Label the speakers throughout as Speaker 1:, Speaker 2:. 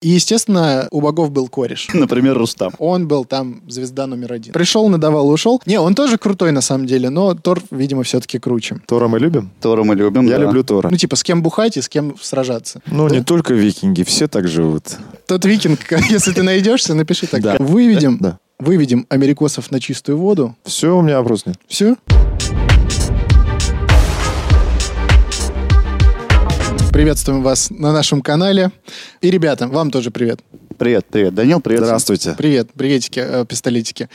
Speaker 1: И, естественно, у богов был кореш.
Speaker 2: Например, Рустам.
Speaker 1: Он был там звезда номер один. Пришел, надавал, ушел. Не, он тоже крутой на самом деле, но Тор, видимо, все-таки круче.
Speaker 3: Тора мы любим?
Speaker 2: Тора мы любим,
Speaker 3: Я
Speaker 2: да.
Speaker 3: люблю Тора.
Speaker 1: Ну, типа, с кем бухать и с кем сражаться.
Speaker 3: Ну, не только викинги, все так живут.
Speaker 1: Тот викинг, если ты найдешься, напиши так.
Speaker 3: Да.
Speaker 1: Выведем,
Speaker 3: Да.
Speaker 1: выведем америкосов на чистую воду.
Speaker 3: Все, у меня вопрос нет.
Speaker 1: Все. Приветствуем вас на нашем канале. И, ребята, вам тоже привет.
Speaker 2: Привет, привет. Данил, привет.
Speaker 3: Здравствуйте.
Speaker 1: Привет, приветики, э, пистолетики.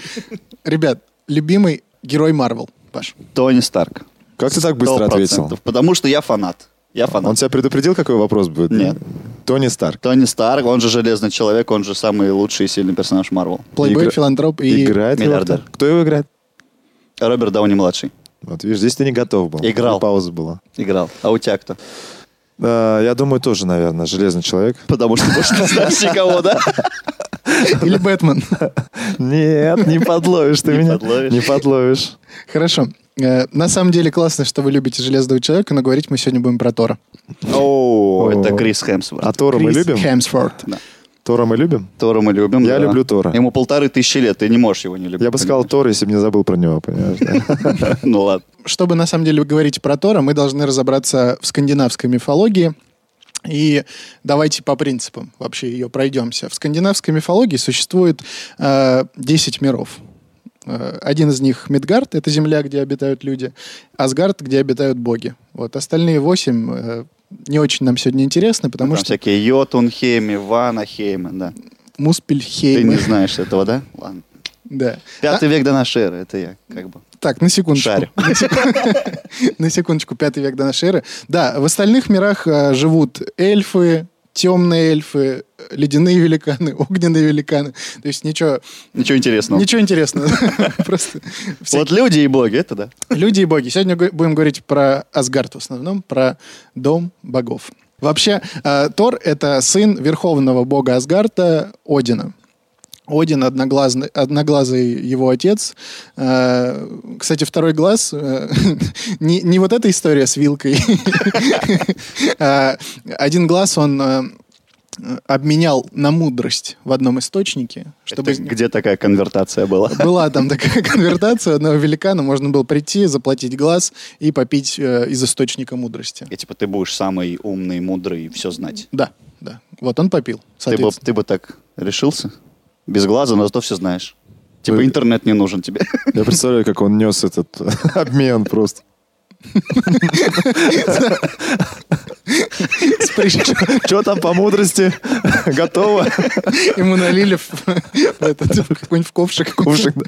Speaker 1: Ребят, любимый герой Марвел, Паш.
Speaker 2: Тони Старк.
Speaker 3: Как ты так быстро
Speaker 2: 100%.
Speaker 3: ответил?
Speaker 2: Потому что я фанат. Я фанат.
Speaker 3: Он тебя предупредил, какой вопрос будет?
Speaker 2: Нет.
Speaker 3: Тони Старк.
Speaker 2: Тони Старк, он же Железный Человек, он же самый лучший и сильный персонаж Марвел.
Speaker 1: Плейбой,
Speaker 3: Игра-
Speaker 1: филантроп и...
Speaker 3: Играет его
Speaker 2: миллиардер.
Speaker 3: автор? Кто его играет?
Speaker 2: Роберт Дауни-младший.
Speaker 3: Вот видишь, здесь ты не готов был.
Speaker 2: Играл.
Speaker 3: И Пауза была.
Speaker 2: Играл. А у тебя кто?
Speaker 3: Э, я думаю, тоже, наверное, Железный человек.
Speaker 2: Потому что больше не знаешь никого, да?
Speaker 1: Или Бэтмен.
Speaker 3: Нет, не подловишь ты
Speaker 2: Не
Speaker 3: меня.
Speaker 2: подловишь.
Speaker 3: Не подловишь.
Speaker 1: Хорошо. Э, На самом деле классно, что вы любите Железного Человека, но говорить мы сегодня будем про Тора.
Speaker 2: О,
Speaker 3: О.
Speaker 2: это Крис
Speaker 3: А
Speaker 2: Хемсворт.
Speaker 3: Тора мы
Speaker 1: Крис
Speaker 3: любим?
Speaker 1: Хемсворт.
Speaker 3: Тора мы любим?
Speaker 2: Тора мы любим.
Speaker 3: Я
Speaker 2: да.
Speaker 3: люблю Тора.
Speaker 2: Ему полторы тысячи лет, ты не можешь его не любить.
Speaker 3: Я бы сказал Тора, если бы не забыл про него, понимаешь? да?
Speaker 2: понимаешь? Ну ладно.
Speaker 1: Чтобы на самом деле говорить про Тора, мы должны разобраться в скандинавской мифологии. И давайте по принципам вообще ее пройдемся. В скандинавской мифологии существует э, 10 миров. Э, Один из них Мидгард, это земля, где обитают люди, Асгард, где обитают боги. Вот остальные восемь э, не очень нам сегодня интересны, потому
Speaker 2: Там
Speaker 1: что
Speaker 2: всякие Йотунхейми, Ванахеймы, да. Ты
Speaker 1: Муспельхеймы.
Speaker 2: не знаешь этого, да? Ладно.
Speaker 1: Да.
Speaker 2: Пятый век до нашей эры, это я как бы.
Speaker 1: Так, на секундочку.
Speaker 2: Шарю.
Speaker 1: На сек- На секундочку, пятый век до нашей эры. Да, в остальных мирах э, живут эльфы, темные эльфы, э, ледяные великаны, огненные великаны. То есть ничего,
Speaker 2: Ничего интересного.
Speaker 1: ничего интересного. Просто все
Speaker 2: Вот люди и боги, это да.
Speaker 1: люди и боги. Сегодня го- будем говорить про Асгард в основном, про дом богов. Вообще, э, Тор — это сын верховного бога Асгарда Одина. Один одноглазный, одноглазый его отец. Э, Кстати, второй глаз э, не, не вот эта история с вилкой. Э, Один глаз он э, обменял на мудрость в одном источнике, чтобы
Speaker 2: Это
Speaker 1: из него-
Speaker 2: где такая конвертация была?
Speaker 1: была там такая конвертация у одного великана, можно было прийти, заплатить глаз и попить э, из источника мудрости.
Speaker 2: И типа ты будешь самый умный, мудрый и все знать.
Speaker 1: Да, да. Вот он попил,
Speaker 2: Ты бы,
Speaker 1: соответственно.
Speaker 2: ты бы так решился? Без глаза, но зато все знаешь. Типа
Speaker 3: Вы-
Speaker 2: интернет не нужен тебе.
Speaker 3: Я представляю, как он нес этот обмен просто.
Speaker 1: С прищепкой
Speaker 3: Что там по мудрости? Готово?
Speaker 1: Ему налили в в этот, в какой-нибудь ковшик.
Speaker 3: Кувшик, да?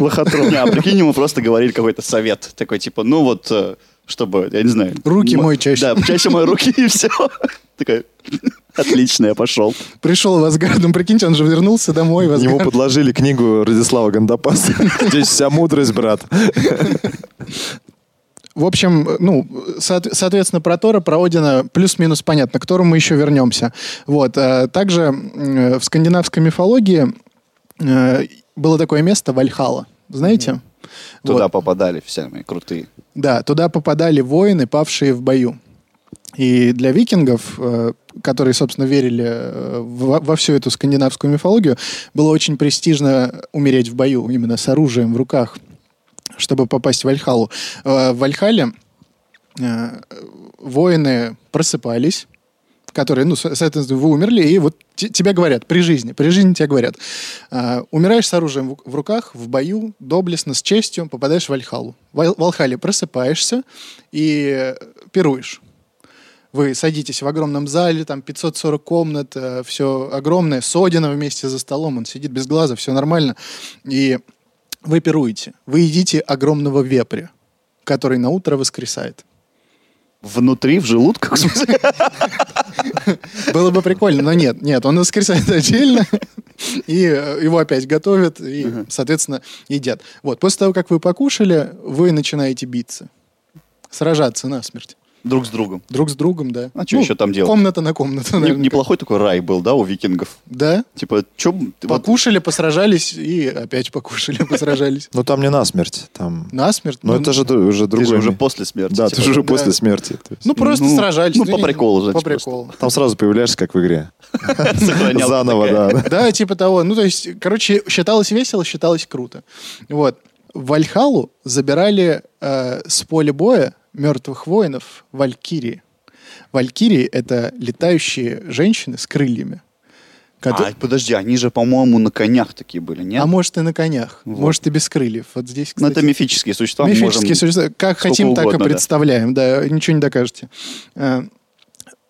Speaker 2: Лохотрон. Не, а прикинь, ему просто говорили какой-то совет. Такой типа, ну вот, э, чтобы, я не знаю.
Speaker 1: Руки
Speaker 2: м-
Speaker 1: мой чаще.
Speaker 2: Да, чаще мои руки и все. Такой, отлично, я пошел.
Speaker 1: Пришел в Асгард, ну, прикиньте, он же вернулся домой в
Speaker 3: Ему
Speaker 1: Асгард.
Speaker 3: подложили книгу Радислава Гандапаса. Здесь вся мудрость, брат.
Speaker 1: В общем, э, ну, соот- соответственно, про Тора, про Одина плюс-минус понятно, к Тору мы еще вернемся. Вот. э, Также м, э, в скандинавской мифологии э, было такое место Вальхала. Знаете?
Speaker 2: Туда
Speaker 1: Вот.
Speaker 2: попадали все мои крутые.
Speaker 1: Да, туда попадали воины, павшие в бою. И для викингов, э, которые, собственно, верили э, во, во всю эту скандинавскую мифологию, было очень престижно умереть в бою, именно с оружием в руках, чтобы попасть в Вальхалу. Э, В Вальхале э, воины просыпались, которые, ну, со- соответственно, вы умерли, и вот те- тебе говорят при жизни, при жизни тебе говорят, э, умираешь с оружием в, в руках, в бою, доблестно, с честью, попадаешь в Вальхалу. В Вал- Вальхале просыпаешься и э, пируешь. Вы садитесь в огромном зале, там 540 комнат, все огромное, с Одином вместе за столом, он сидит без глаза, все нормально. И вы пируете, вы едите огромного вепря, который на утро воскресает.
Speaker 2: Внутри, в желудках, в смысле?
Speaker 1: Было бы прикольно, но нет, нет, он воскресает отдельно, и э, его опять готовят, и, соответственно, едят. Вот, после того, как вы покушали, вы начинаете биться, сражаться насмерть.
Speaker 2: Друг с другом.
Speaker 1: Друг с другом, да. Ну,
Speaker 2: А чё еще там делать?
Speaker 1: Комната на комнату,
Speaker 2: Не-
Speaker 1: Ну, наверное.
Speaker 2: Неплохой такой рай был, да, у викингов?
Speaker 1: Да.
Speaker 2: Типа, чё... б- ты вот-
Speaker 1: Покушали, посражались и опять покушали, посражались.
Speaker 3: Ну там не насмерть, там...
Speaker 1: Насмерть.
Speaker 3: Ну это же ду- уже
Speaker 2: Ты
Speaker 3: другой...
Speaker 2: же уже
Speaker 3: ми-
Speaker 2: после смерти.
Speaker 3: Да,
Speaker 2: типа.
Speaker 3: ты же уже
Speaker 1: да.
Speaker 3: после смерти. То есть
Speaker 1: Ну просто
Speaker 2: Ну,
Speaker 1: сражались.
Speaker 2: ну,
Speaker 1: да
Speaker 2: по
Speaker 1: не-
Speaker 2: приколу, значит,
Speaker 1: По приколу.
Speaker 3: Там сразу появляешься, как в игре.
Speaker 2: Сохранялась
Speaker 3: Заново,
Speaker 2: такая.
Speaker 3: да.
Speaker 1: Да, типа того. Ну, то есть, короче, считалось весело, считалось круто. Вот. В Вальхалу забирали э, с поля боя мертвых воинов Валькирии. Валькирии — это летающие женщины с крыльями. кото-
Speaker 2: А, подожди, они же, по-моему, на конях такие были, нет?
Speaker 1: а может и на конях,
Speaker 2: Вот.
Speaker 1: может и без крыльев. Вот здесь,
Speaker 2: Ну,
Speaker 1: кстати,
Speaker 2: это мифические существа. мы
Speaker 1: мифические
Speaker 2: можем-
Speaker 1: существа. Как
Speaker 2: сколько
Speaker 1: хотим, так
Speaker 2: угодно,
Speaker 1: и
Speaker 2: да.
Speaker 1: представляем. Да. ничего не докажете. Э,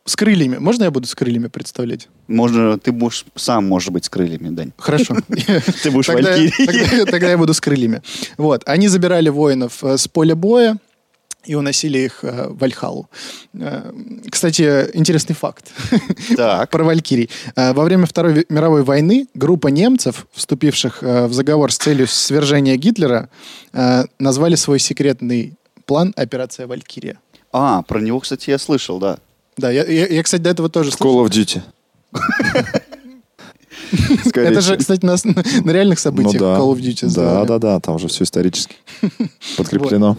Speaker 1: с крыльями. Можно я буду с крыльями представлять?
Speaker 2: Можно, ты будешь сам, может быть, с крыльями, Дань.
Speaker 1: Хорошо.
Speaker 2: Ты будешь
Speaker 1: Тогда,
Speaker 2: валькирией.
Speaker 1: тогда- тогда я буду с крыльями. Вот. Они забирали воинов э, с поля боя и уносили их э, в Вальхалу. Э, Кстати, э, интересный факт
Speaker 2: Так.
Speaker 1: про Валькирий. Э, Во время Второй ви- мировой войны группа немцев, вступивших э, в заговор с целью свержения Гитлера, э, назвали свой секретный план «Операция Валькирия».
Speaker 2: А, про него, кстати, я слышал, да.
Speaker 1: Да, я, я- я, кстати, до этого тоже
Speaker 3: В
Speaker 1: слышал.
Speaker 3: Call of Duty. Скорее
Speaker 1: Это же,
Speaker 3: всего.
Speaker 1: кстати, на, на реальных событиях
Speaker 3: Ну да.
Speaker 1: Call of Duty.
Speaker 3: Да,
Speaker 1: сделали.
Speaker 3: да, да, там же все исторически подкреплено.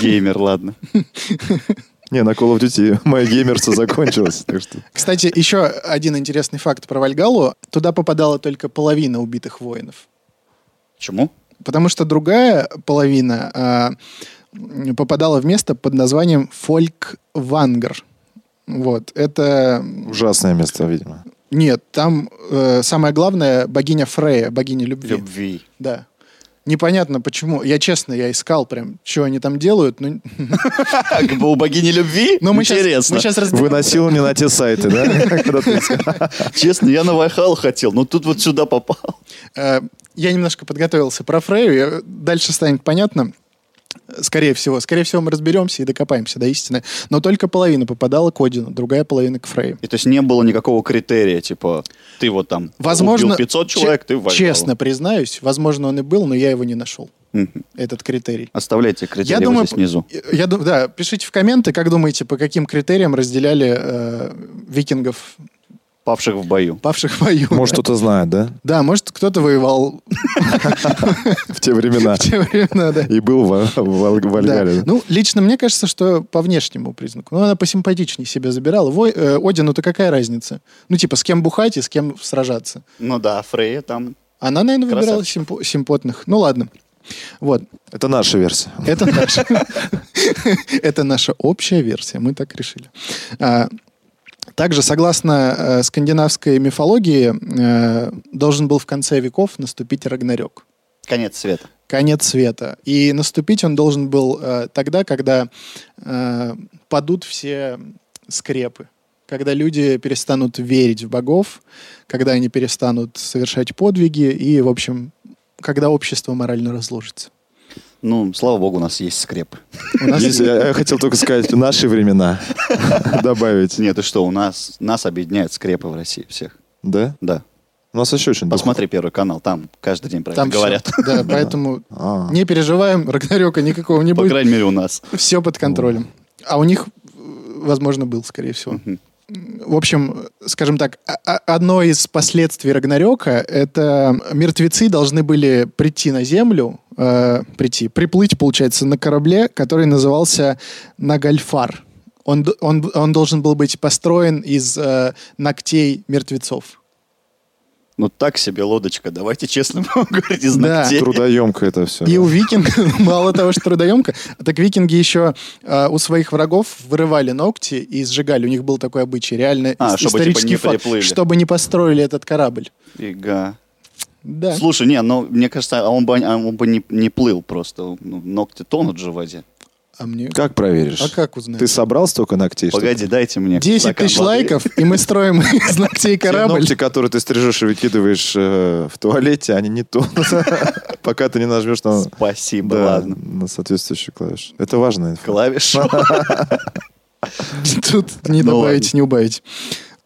Speaker 2: Геймер, ладно.
Speaker 3: Не, на Call of Duty моя геймерство закончилось. Так что
Speaker 1: Кстати, еще один интересный факт про Вальгалу. Туда попадала только половина убитых воинов.
Speaker 2: Почему?
Speaker 1: Потому что другая половина а, м, попадала в место под названием Фольк-Вангар. Вот, это...
Speaker 3: ужасное место, видимо.
Speaker 1: Нет, там э, самое главное богиня Фрея, богиня любви.
Speaker 2: Любви.
Speaker 1: Да. Непонятно почему. Я честно, я искал прям, что они там делают. Но,
Speaker 2: Так, А, у богини любви?
Speaker 1: но мы сейчас,
Speaker 2: Интересно.
Speaker 1: мы сейчас
Speaker 3: Выносил не на те сайты, да? Когда ты искал.
Speaker 2: Честно, я на Вайхал хотел, но тут вот сюда попал.
Speaker 1: Э, Я немножко подготовился про Фрею, я- э, дальше станет понятно. Скорее всего. Скорее всего, мы разберемся и докопаемся до истины. Но только половина попадала к Одину, другая половина к Фрею.
Speaker 2: И то есть не было никакого критерия, типа, ты вот там
Speaker 1: Возможно,
Speaker 2: убил 500 человек,
Speaker 1: че-
Speaker 2: ты в Вальхалу.
Speaker 1: Честно признаюсь, возможно, он и был, но я его не нашел,
Speaker 2: Мгм.
Speaker 1: этот критерий.
Speaker 2: Оставляйте критерии
Speaker 1: Я
Speaker 2: вот
Speaker 1: думаю, э,
Speaker 2: здесь внизу.
Speaker 1: Я думаю, да, пишите в комменты, как думаете, по каким критериям разделяли э, викингов,
Speaker 2: Павших в бою.
Speaker 1: павших в бою.
Speaker 3: Может, кто-то знает, да?
Speaker 1: Да, может, кто-то воевал
Speaker 3: В те времена.
Speaker 1: в те времена, да.
Speaker 3: И был в
Speaker 1: Да.
Speaker 3: Вальгале.
Speaker 1: Ну, лично мне кажется, что по внешнему признаку. Ну, она посимпатичнее себя забирала. Вой, э, Одину-то какая разница? Ну, типа, с кем бухать и с кем сражаться.
Speaker 2: Ну да, Фрея там.
Speaker 1: Она, наверное, выбирала симпо- симпотных. Ну, ладно. Вот.
Speaker 3: Это наша версия.
Speaker 1: Это наша... Это наша общая версия. Мы так решили. А, Также, согласно э, скандинавской мифологии, э, должен был в конце веков наступить Рагнарёк.
Speaker 2: Конец света.
Speaker 1: конец света. И наступить он должен был э, тогда, когда э, падут все скрепы, когда люди перестанут верить в богов, когда они перестанут совершать подвиги и, в общем, когда общество морально разложится.
Speaker 2: Ну, слава богу, у нас есть скрепы.
Speaker 1: У нас
Speaker 3: Если- Я я хотел только сказать, в наши времена добавить.
Speaker 2: Нет, и что, у нас, нас объединяют скрепы в России всех.
Speaker 3: Да?
Speaker 2: Да.
Speaker 3: У нас еще очень...
Speaker 2: Посмотри Первый канал, там каждый день про это
Speaker 1: там всё.
Speaker 2: говорят.
Speaker 1: Да, поэтому
Speaker 3: А.
Speaker 1: не переживаем, Рагнарёка никакого не
Speaker 2: По
Speaker 1: будет.
Speaker 2: крайней мере, у нас.
Speaker 1: Все под контролем. А у них, э, возможно, был, скорее всего.
Speaker 2: Мгм.
Speaker 1: В общем, скажем так, о- о- одно из последствий Рагнарёка — это мертвецы должны были прийти на Землю, э, прийти, приплыть, получается, на корабле, который назывался Нагальфар. Он, д- он, б- он должен был быть построен из э, ногтей мертвецов.
Speaker 2: Ну так себе лодочка, давайте честно будем говорить, из
Speaker 1: Да.
Speaker 2: ногтей.
Speaker 3: Трудоемко это все.
Speaker 1: И у викингов, мало того, что трудоемко, так викинги еще э, у своих врагов вырывали ногти и сжигали. У них был такой обычай, реально
Speaker 2: А,
Speaker 1: ис-
Speaker 2: чтобы, типа, не
Speaker 1: исторический факт,
Speaker 2: приплыли.
Speaker 1: чтобы не построили этот корабль.
Speaker 2: Фига.
Speaker 1: Да.
Speaker 2: Слушай, не, ну, мне кажется, а он бы, а он бы не, не плыл просто. Ну, ногти тонут же в воде.
Speaker 1: А мне...
Speaker 3: Как проверишь?
Speaker 1: А как узнать?
Speaker 3: Ты собрал столько ногтей? что
Speaker 2: Погоди, дайте мне
Speaker 1: 10
Speaker 2: стакан
Speaker 1: тысяч
Speaker 2: воды.
Speaker 1: лайков, и мы строим из ногтей
Speaker 3: Те
Speaker 1: корабль.
Speaker 3: ногти, которые ты стрижешь и выкидываешь э, в туалете, они не то. Пока ты не нажмешь на,
Speaker 2: Спасибо,
Speaker 3: да,
Speaker 2: ладно.
Speaker 3: на соответствующую клавишу. Это важная инфа.
Speaker 2: Клавиш.
Speaker 1: Тут не
Speaker 2: Ну
Speaker 1: добавить,
Speaker 2: ладно.
Speaker 1: не убавить.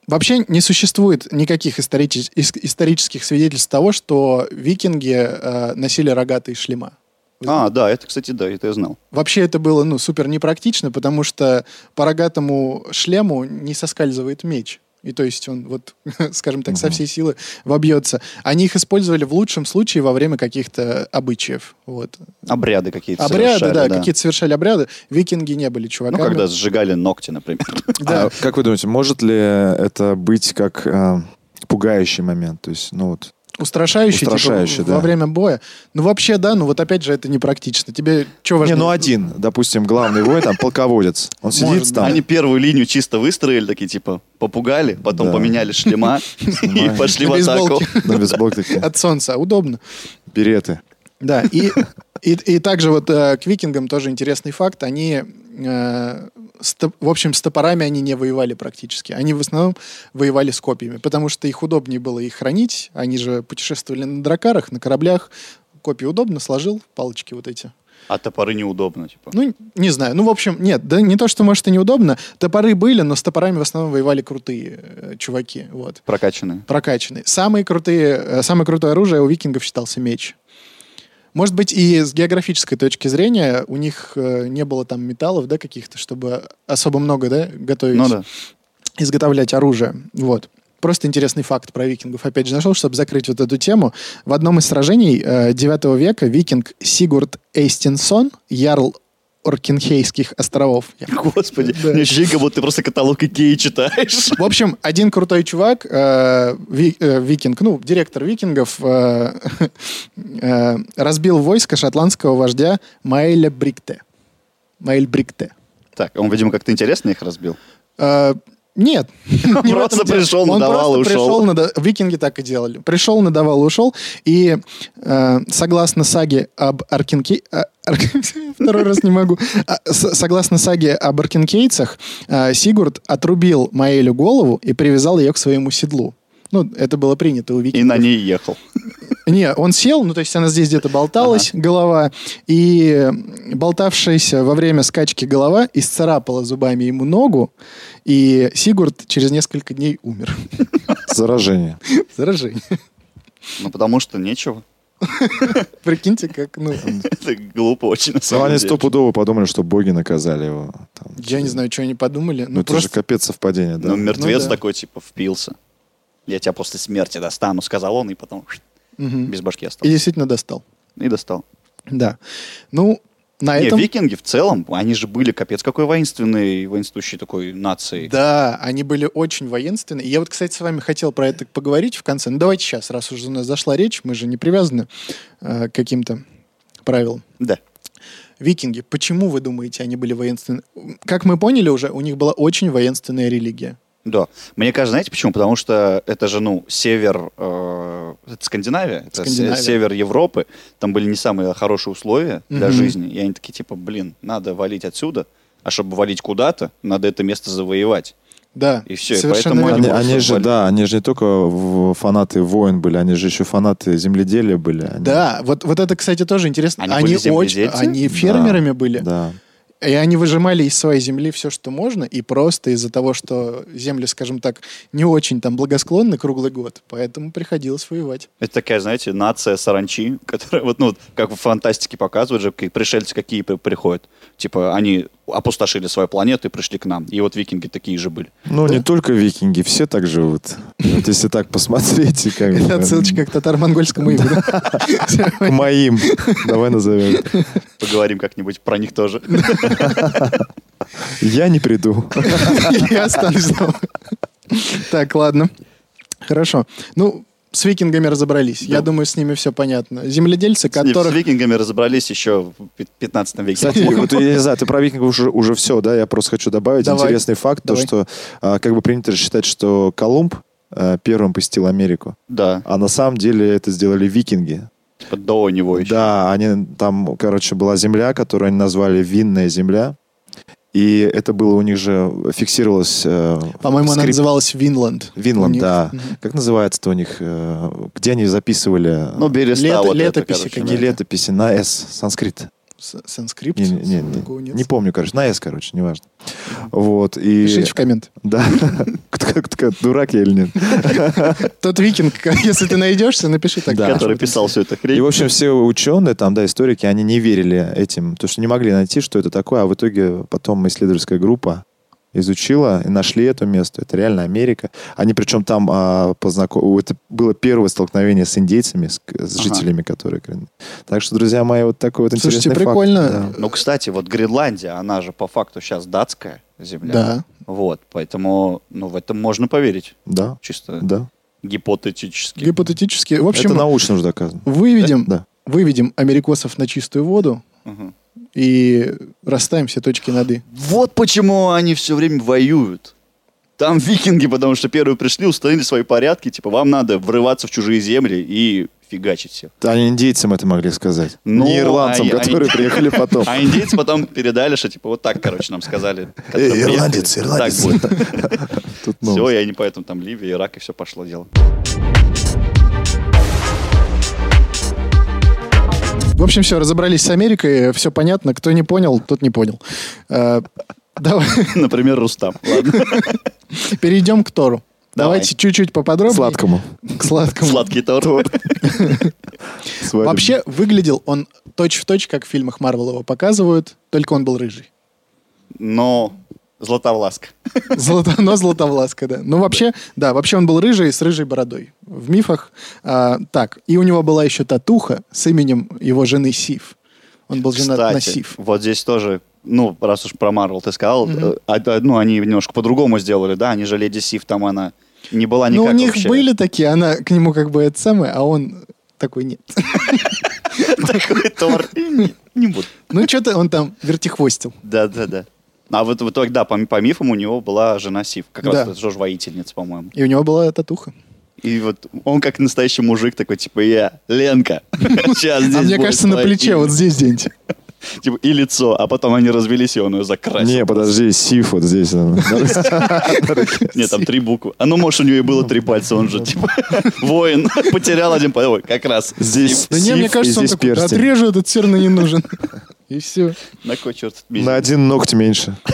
Speaker 1: Вообще не существует никаких историчес- ис- исторических свидетельств того, что викинги э, носили рогатые шлема.
Speaker 2: А, да, это, кстати, да, это я знал.
Speaker 1: Вообще это было ну, супер непрактично, потому что по рогатому шлему не соскальзывает меч. И то есть он вот, скажем так, со всей силы вобьется. Они их использовали в лучшем случае во время каких-то обычаев. Вот.
Speaker 2: Обряды какие-то
Speaker 1: Обряды,
Speaker 2: совершали,
Speaker 1: да, какие-то совершали обряды. Викинги не были
Speaker 2: Ну,
Speaker 1: чуваками.
Speaker 2: когда сжигали ногти, например.
Speaker 1: Да.
Speaker 3: А как вы думаете, может ли это быть как э, пугающий момент? То есть, ну вот,
Speaker 1: Устрашающий, типа,
Speaker 3: Устрашающий,
Speaker 1: во
Speaker 3: да.
Speaker 1: время боя. Ну, вообще, да, ну вот опять же, это непрактично. Тебе что важно?
Speaker 3: не, ну один, допустим, главный воин, там, полководец. Он сидит
Speaker 1: Может,
Speaker 3: там.
Speaker 2: Они первую линию чисто выстроили, такие типа попугали, потом
Speaker 3: Да.
Speaker 2: поменяли шлема и
Speaker 3: Снимаем.
Speaker 2: пошли в
Speaker 1: На
Speaker 2: атаку.
Speaker 1: бейсболке.
Speaker 3: На бейсбол такие.
Speaker 1: От солнца. Удобно.
Speaker 3: Береты.
Speaker 1: Да, и, и, и также вот э, к викингам тоже интересный факт. Они, э, с топ- в общем, с топорами они не воевали практически. Они в основном воевали с копьями, потому что их удобнее было их хранить. Они же путешествовали на дракарах, на кораблях. Копья удобно, сложил палочки вот эти.
Speaker 2: А топоры неудобно, типа.
Speaker 1: Ну, не знаю. Ну, в общем, нет, да не то, что, может, и неудобно. Топоры были, но с топорами в основном воевали крутые э, чуваки, вот,
Speaker 2: Прокачанные.
Speaker 1: прокачанные. Самые крутые, э, самое крутое оружие у викингов считался меч. Может быть, и с географической точки зрения у них э, не было там металлов, да, каких-то, чтобы особо много, да, готовить,
Speaker 2: Ну да.
Speaker 1: изготовлять оружие, вот. Просто интересный факт про викингов, опять же, нашел, чтобы закрыть вот эту тему. В одном из сражений э, 9 века викинг Сигурд Эйстинсон, ярл Оркинхейских островов. Я
Speaker 2: Господи,
Speaker 1: Да.
Speaker 2: мне ощущение, как будто ты просто каталог Икеи читаешь.
Speaker 1: В общем, один крутой чувак, э, ви- э, викинг, ну, директор викингов, э, э, разбил войско шотландского вождя Маэля Брикте. Маэль Брикте.
Speaker 2: Так, он, видимо, как-то интересно их разбил.
Speaker 1: Э, нет. не в
Speaker 2: Просто
Speaker 1: этом дело.
Speaker 2: пришел,
Speaker 1: Он
Speaker 2: надавал
Speaker 1: просто
Speaker 2: и ушел.
Speaker 1: пришел, нада- Викинги так и делали. Пришел, надавал и ушел. И э, согласно саге об Аркинке... а, Ар- Второй раз не могу. А, с- Согласно саге об Аркинкейцах, э, Сигурд отрубил Маэлю голову и привязал ее к своему седлу. Ну, это было принято у
Speaker 2: И
Speaker 1: викингов.
Speaker 2: на ней ехал.
Speaker 1: Не, он сел, ну то есть она здесь где-то болталась, голова, и болтавшаяся во время скачки голова исцарапала зубами ему ногу, и Сигурд через несколько дней умер.
Speaker 3: Заражение.
Speaker 1: Заражение.
Speaker 2: Ну, потому что нечего.
Speaker 1: Прикиньте, как, ну,
Speaker 2: Это глупо очень, на
Speaker 3: Ну,
Speaker 2: самом
Speaker 3: они
Speaker 2: деле.
Speaker 3: стопудово подумали, что боги наказали его. Там,
Speaker 1: я не знаю, что они подумали.
Speaker 3: Ну,
Speaker 1: Ну,
Speaker 3: это же
Speaker 1: просто...
Speaker 3: капец совпадение, да?
Speaker 2: Ну, мертвец
Speaker 1: Ну, да.
Speaker 2: такой, типа, впился. Я тебя после смерти достану, сказал он, и потом шт,
Speaker 1: Мгм.
Speaker 2: без башки остался.
Speaker 1: И действительно достал.
Speaker 2: И достал.
Speaker 1: Да. Ну, на
Speaker 2: Не,
Speaker 1: этом...
Speaker 2: викинги в целом, они же были капец какой воинственной, воинствующей такой нацией.
Speaker 1: Да, они были очень воинственны. И я вот, кстати, с вами хотел про это поговорить в конце. Ну, давайте сейчас, раз уже у нас зашла речь, мы же не привязаны э, к каким-то правилам.
Speaker 2: Да.
Speaker 1: Викинги, почему вы думаете, они были воинственны? Как мы поняли уже, у них была очень воинственная религия.
Speaker 2: Да. Мне кажется, знаете почему? Потому что это же, ну, север... э, это Скандинавия. Это се-
Speaker 1: Скандинавия.
Speaker 2: север Европы. Там были не самые хорошие условия для
Speaker 1: Мгм.
Speaker 2: жизни. И они такие, типа, блин, надо валить отсюда. А чтобы валить куда-то, надо это место завоевать.
Speaker 1: Да.
Speaker 2: И всё, и
Speaker 1: совершенно
Speaker 2: поэтому
Speaker 3: Они,
Speaker 1: верно.
Speaker 2: они
Speaker 3: они же,
Speaker 2: были.
Speaker 3: да, они же не только в- фанаты войн были, они же еще фанаты земледелия были. Они-
Speaker 1: Да, вот, вот это, кстати, тоже интересно.
Speaker 2: Они были
Speaker 1: очень,
Speaker 2: земледельцы?
Speaker 1: они
Speaker 3: Да,
Speaker 1: фермерами были,
Speaker 3: Да.
Speaker 1: и они выжимали из своей земли все, что можно, и просто из-за того, что земли, скажем так, не очень там благосклонны круглый год, поэтому приходилось воевать.
Speaker 2: Это такая, знаете, нация саранчи, которая, вот, ну, вот, как в фантастике показывают же, какие пришельцы какие при- приходят. Типа, они опустошили свою планету и пришли к нам. И вот викинги такие же были.
Speaker 3: Ну, не только викинги, все так живут. Вот если так посмотреть, и как
Speaker 2: Э,
Speaker 3: бы,
Speaker 1: Это отсылочка к татаро-монгольскому игру.
Speaker 3: к моим. Давай назовем.
Speaker 2: Поговорим как-нибудь про них тоже.
Speaker 3: Я не приду.
Speaker 1: Я останусь дома. Так, ладно. Хорошо. Ну, с викингами разобрались. Я
Speaker 2: Да.
Speaker 1: думаю, с ними все понятно. Земледельцы,
Speaker 2: С ним- С
Speaker 1: которых...
Speaker 2: викингами разобрались еще в пи- 15 веке.
Speaker 3: Кстати, вот я не знаю, ты про викингов уже, уже все, да? Я просто хочу добавить
Speaker 1: Давай.
Speaker 3: интересный факт,
Speaker 1: Давай.
Speaker 3: то, что а, как бы принято же считать, что Колумб а, первым посетил Америку,
Speaker 2: Да,
Speaker 3: а на самом деле это сделали викинги.
Speaker 2: типа до него еще.
Speaker 3: Да, они там, короче, была земля, которую они назвали винная земля. И это было у них же фиксировалось... э,
Speaker 1: По-моему, она
Speaker 3: скрип-
Speaker 1: называлась Винланд. У
Speaker 3: Винланд,
Speaker 1: них.
Speaker 3: да.
Speaker 1: Мгм.
Speaker 3: Как называется-то у них? э, Где они записывали?
Speaker 2: Ну, береста
Speaker 1: Лето-
Speaker 2: вот это,
Speaker 1: летописи
Speaker 2: короче,
Speaker 3: не
Speaker 1: какие-то.
Speaker 2: да.
Speaker 3: летописи, на С, санскрит.
Speaker 1: С- Санскрипт?
Speaker 3: Не, не, не,
Speaker 1: Такого
Speaker 3: не,
Speaker 1: нет.
Speaker 3: не помню, короче, на S, короче, неважно. Вот, и...
Speaker 1: Пишите в коммент.
Speaker 3: Да, кто кто- дурак я или нет.
Speaker 1: Тот викинг, если ты найдешься, напиши так.
Speaker 3: Да.
Speaker 2: который писал всю эту
Speaker 3: И,
Speaker 2: хрень.
Speaker 3: в общем, все ученые, там, да, историки, они не верили этим, потому что не могли найти, что это такое, а в итоге потом исследовательская группа изучила и нашли это место. Это реально Америка. Они причем там а, познаком- у- Это было первое столкновение с индейцами, с, к- с
Speaker 2: Ага.
Speaker 3: жителями, которые... коренные. Так что, друзья мои, вот такой вот
Speaker 1: Слушайте,
Speaker 3: интересный факт.
Speaker 1: прикольно.
Speaker 2: Ну, кстати, вот Гренландия, она же по факту сейчас датская земля.
Speaker 1: Да.
Speaker 2: Вот, поэтому, ну, в этом можно поверить.
Speaker 3: Да,
Speaker 2: Чисто
Speaker 3: да, да.
Speaker 2: гипотетически.
Speaker 1: Гипотетически. В общем,
Speaker 3: это научно уже доказано.
Speaker 1: выведем,
Speaker 3: Да.
Speaker 1: выведем америкосов на чистую воду
Speaker 2: Мгм.
Speaker 1: и расставим все точки над «и».
Speaker 2: Вот почему они все время воюют. Там викинги, потому что первые пришли, установили свои порядки, типа, вам надо врываться в чужие земли и фигачить всех.
Speaker 3: Они индейцам это могли сказать.
Speaker 2: Ну,
Speaker 3: не ирландцам,
Speaker 2: а- а-
Speaker 3: которые приехали потом.
Speaker 2: А индейцы потом передали, что, типа, вот так, короче, нам сказали.
Speaker 3: Э, ирландец,
Speaker 2: Так
Speaker 3: ирландец. Ну.
Speaker 2: будет.
Speaker 3: Тут
Speaker 2: Все,
Speaker 3: новость.
Speaker 2: и они поэтому там Ливия, Ирак, и все пошло дело.
Speaker 1: В общем, все, разобрались с Америкой, все понятно. Кто не понял, тот не понял. Э, Давай
Speaker 2: Например, Рустам. Ладно,
Speaker 1: перейдем к Тору.
Speaker 2: Давай.
Speaker 1: Давайте чуть-чуть поподробнее.
Speaker 3: Сладкому.
Speaker 1: К сладкому.
Speaker 2: сладкий торт.
Speaker 3: сварим.
Speaker 1: Вообще, выглядел он точь-в-точь, как в фильмах Марвел его показывают, только он был рыжий.
Speaker 2: Но Златовласка.
Speaker 1: Золото, но золотовласка, да. Ну, вообще, да, вообще он был рыжий с рыжей бородой. В мифах. а, так, и у него была еще татуха с именем его жены Сив. Он был женат на
Speaker 2: Кстати,
Speaker 1: Сив.
Speaker 2: вот здесь тоже, ну, раз уж про Марвел ты сказал, э, од- ну, они немножко по-другому сделали, да, они же Леди Сив, там она не была
Speaker 1: Ну,
Speaker 2: никак
Speaker 1: у них
Speaker 2: вообще.
Speaker 1: были такие, она к нему как бы это самое, а он такой нет.
Speaker 2: Такой Тор. И не- Не буду.
Speaker 1: Ну, что-то он там вертихвостил.
Speaker 2: Да-да-да. А вот в итоге, да, по, ми- по мифам у него была жена Сив. Как раз
Speaker 1: Да.
Speaker 2: это тоже воительница, по-моему.
Speaker 1: И у него была татуха.
Speaker 2: И вот он как настоящий мужик такой, типа, я, Ленка, сейчас здесь
Speaker 1: а мне
Speaker 2: будет
Speaker 1: кажется, на
Speaker 2: твоя
Speaker 1: плече
Speaker 2: имя».
Speaker 1: вот здесь где-нибудь.
Speaker 2: Типа, и лицо, а потом они развелись, и он ее закрасил.
Speaker 3: Не, подожди, сиф вот здесь. да.
Speaker 2: Нет, там три буквы. А ну, может, у нее и было три пальца, он же, типа, воин. Потерял один палец. Ой, как раз.
Speaker 3: Здесь
Speaker 1: Да не,
Speaker 3: сиф
Speaker 1: мне
Speaker 3: и
Speaker 1: кажется, он
Speaker 3: здесь
Speaker 1: такой,
Speaker 3: перстень.
Speaker 1: отрежу этот все равно не нужен. И все,
Speaker 2: На кой черт этот
Speaker 3: На
Speaker 2: мизинец?
Speaker 3: один ноготь меньше.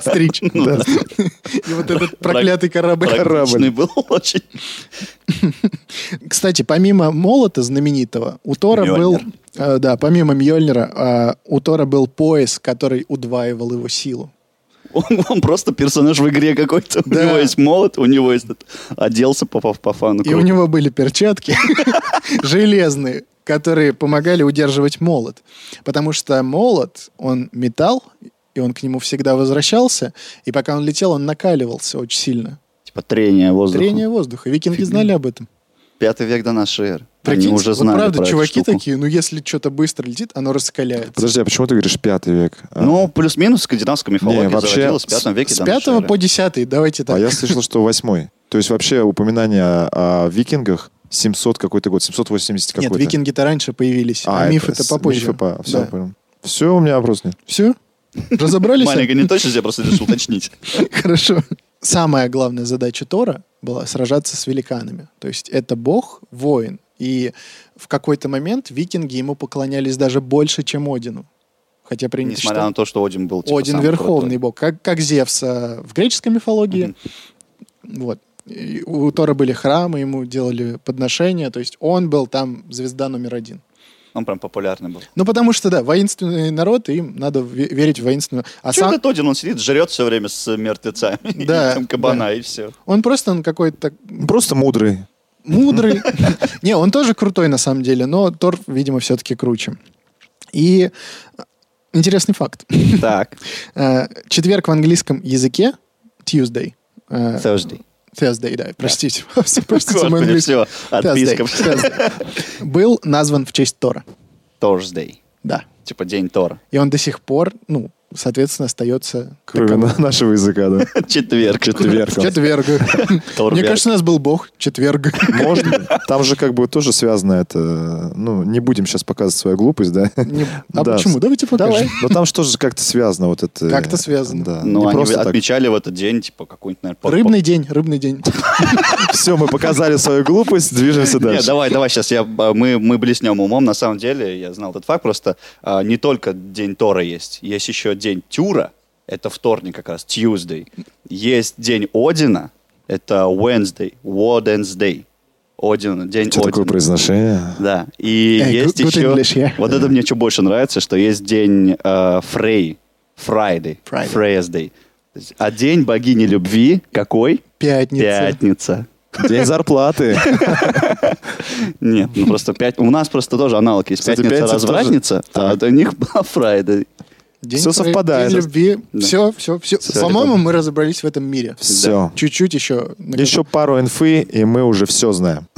Speaker 1: стричь. И вот этот проклятый корабль.
Speaker 2: Практичный был очень.
Speaker 1: Кстати, помимо молота знаменитого, у Тора был...
Speaker 2: Мьёльнир.
Speaker 1: э, Да, помимо Мьёльнира, э, у Тора был пояс, который удваивал его силу.
Speaker 2: Он, он просто персонаж в игре какой-то.
Speaker 1: Да.
Speaker 2: У него есть молот, у него есть... этот- Оделся, попав по фану.
Speaker 1: И у него были перчатки железные, которые помогали удерживать молот. Потому что молот, он металл, и он к нему всегда возвращался. И пока он летел, он накаливался очень сильно.
Speaker 2: Типа трение воздуха.
Speaker 1: Трение воздуха. Викинги знали об этом.
Speaker 2: Пятый век до нашей эры. Они
Speaker 1: Прикиньте,
Speaker 2: уже
Speaker 1: вот
Speaker 2: знали
Speaker 1: правда,
Speaker 2: про эту
Speaker 1: чуваки
Speaker 2: штуку.
Speaker 1: такие, ну если что-то быстро летит, оно раскаляется.
Speaker 3: Подожди, а почему ты говоришь пятый век? А-
Speaker 2: Ну, плюс-минус скандинавская мифология
Speaker 3: Не, вообще,
Speaker 2: зародилась в пятом веке
Speaker 1: С
Speaker 2: до нашей
Speaker 1: 5
Speaker 2: эры.
Speaker 1: по 10, давайте так.
Speaker 3: А я слышал, что восьмой. То есть вообще упоминание о о викингах 700 какой-то год, 780
Speaker 1: Нет,
Speaker 3: какой-то.
Speaker 1: викинги-то раньше появились, а, мифы это
Speaker 3: с-
Speaker 1: попозже.
Speaker 3: мифы по- Все, понял. Все, у меня вопрос нет.
Speaker 1: Все? Разобрались?
Speaker 2: Маленько не точно, я просто решил уточнить.
Speaker 1: Хорошо. Самая главная задача Тора была сражаться с великанами. То есть это бог, воин. И в какой-то момент викинги ему поклонялись даже больше, чем Одину. Хотя принято
Speaker 2: Несмотря на
Speaker 1: считать,
Speaker 2: то, что Один был типа,
Speaker 1: Один
Speaker 2: самый
Speaker 1: верховный
Speaker 2: крутой.
Speaker 1: бог, как, как Зевс э, в греческой мифологии. Вот. И у Тора были храмы, ему делали подношения. То есть он был там звезда номер один.
Speaker 2: Он прям популярный был.
Speaker 1: Ну, потому что, да, воинственный народ, и им надо ве- верить в воинственную... А
Speaker 2: Чё
Speaker 1: сам...
Speaker 2: этот Один, он сидит, жрет все время с мертвецами.
Speaker 1: Да,
Speaker 2: и там кабана, и все.
Speaker 1: Он просто он какой-то так
Speaker 3: Просто мудрый.
Speaker 1: мудрый. Не, он тоже крутой, на самом деле, но Тор, видимо, все-таки круче. И э, интересный факт.
Speaker 2: Так.
Speaker 1: Э, Четверг в английском языке Tuesday. э,
Speaker 2: Thursday.
Speaker 1: Thursday, да, простите. Простите, мой
Speaker 2: Господи,
Speaker 1: английский.
Speaker 2: все, отписка.
Speaker 1: Thursday. Был назван в честь Тора.
Speaker 2: Thursday.
Speaker 1: Да.
Speaker 2: Типа день Тора.
Speaker 1: И он до сих пор, ну, соответственно, остается
Speaker 3: Кроме
Speaker 1: таковым.
Speaker 3: на- нашего языка, да.
Speaker 2: Четверг.
Speaker 3: Четверг.
Speaker 1: Четверг. Мне
Speaker 2: Торберг.
Speaker 1: кажется, у нас был бог четверг.
Speaker 3: Можно. Там же как бы тоже связано это... Ну, не будем сейчас показывать свою глупость, да?
Speaker 1: Не- А
Speaker 3: Да.
Speaker 1: почему? Давайте покажем.
Speaker 3: Но там что же как-то связано вот это... э,
Speaker 1: Как-то связано.
Speaker 3: Да.
Speaker 2: Ну,
Speaker 3: не
Speaker 2: они
Speaker 3: просто так.
Speaker 2: отмечали в этот день, типа, какой-нибудь, наверное... по-
Speaker 1: Рыбный день, рыбный день.
Speaker 3: Все, мы показали свою глупость, движемся
Speaker 2: Не,
Speaker 3: дальше.
Speaker 2: давай, давай, сейчас я, а, мы, мы блеснем умом. На самом деле, я знал этот факт, просто а, не только день Тора есть, есть еще день Тюра, это вторник как раз, Tuesday. Есть день Одина, это Wednesday, Wednesday. Один, день
Speaker 3: Что такое
Speaker 2: Одина.
Speaker 3: произношение?
Speaker 2: Да, и
Speaker 1: Э,
Speaker 2: есть
Speaker 1: good- good
Speaker 2: еще...
Speaker 1: English, yeah.
Speaker 2: Вот это мне что больше нравится, что есть день э, Фрей, Friday,
Speaker 1: Friday.
Speaker 2: Thursday. То есть, А день богини любви какой?
Speaker 1: Пятница.
Speaker 2: Пятница.
Speaker 3: День зарплаты.
Speaker 2: Нет, ну просто пять... У нас просто тоже аналог есть.
Speaker 3: Кстати,
Speaker 2: Пятница,
Speaker 3: пятница тоже-
Speaker 2: развратница, а
Speaker 3: Так.
Speaker 2: у них была Friday.
Speaker 1: День
Speaker 3: Всё
Speaker 1: Фрей-
Speaker 3: совпадает.
Speaker 1: День любви.
Speaker 2: Да.
Speaker 1: Все, все, все.
Speaker 2: Всё,
Speaker 1: По-моему,
Speaker 2: ребята.
Speaker 1: мы разобрались в этом мире.
Speaker 3: Все.
Speaker 1: Чуть-чуть еще.
Speaker 3: Еще пару инфы, и мы уже все знаем.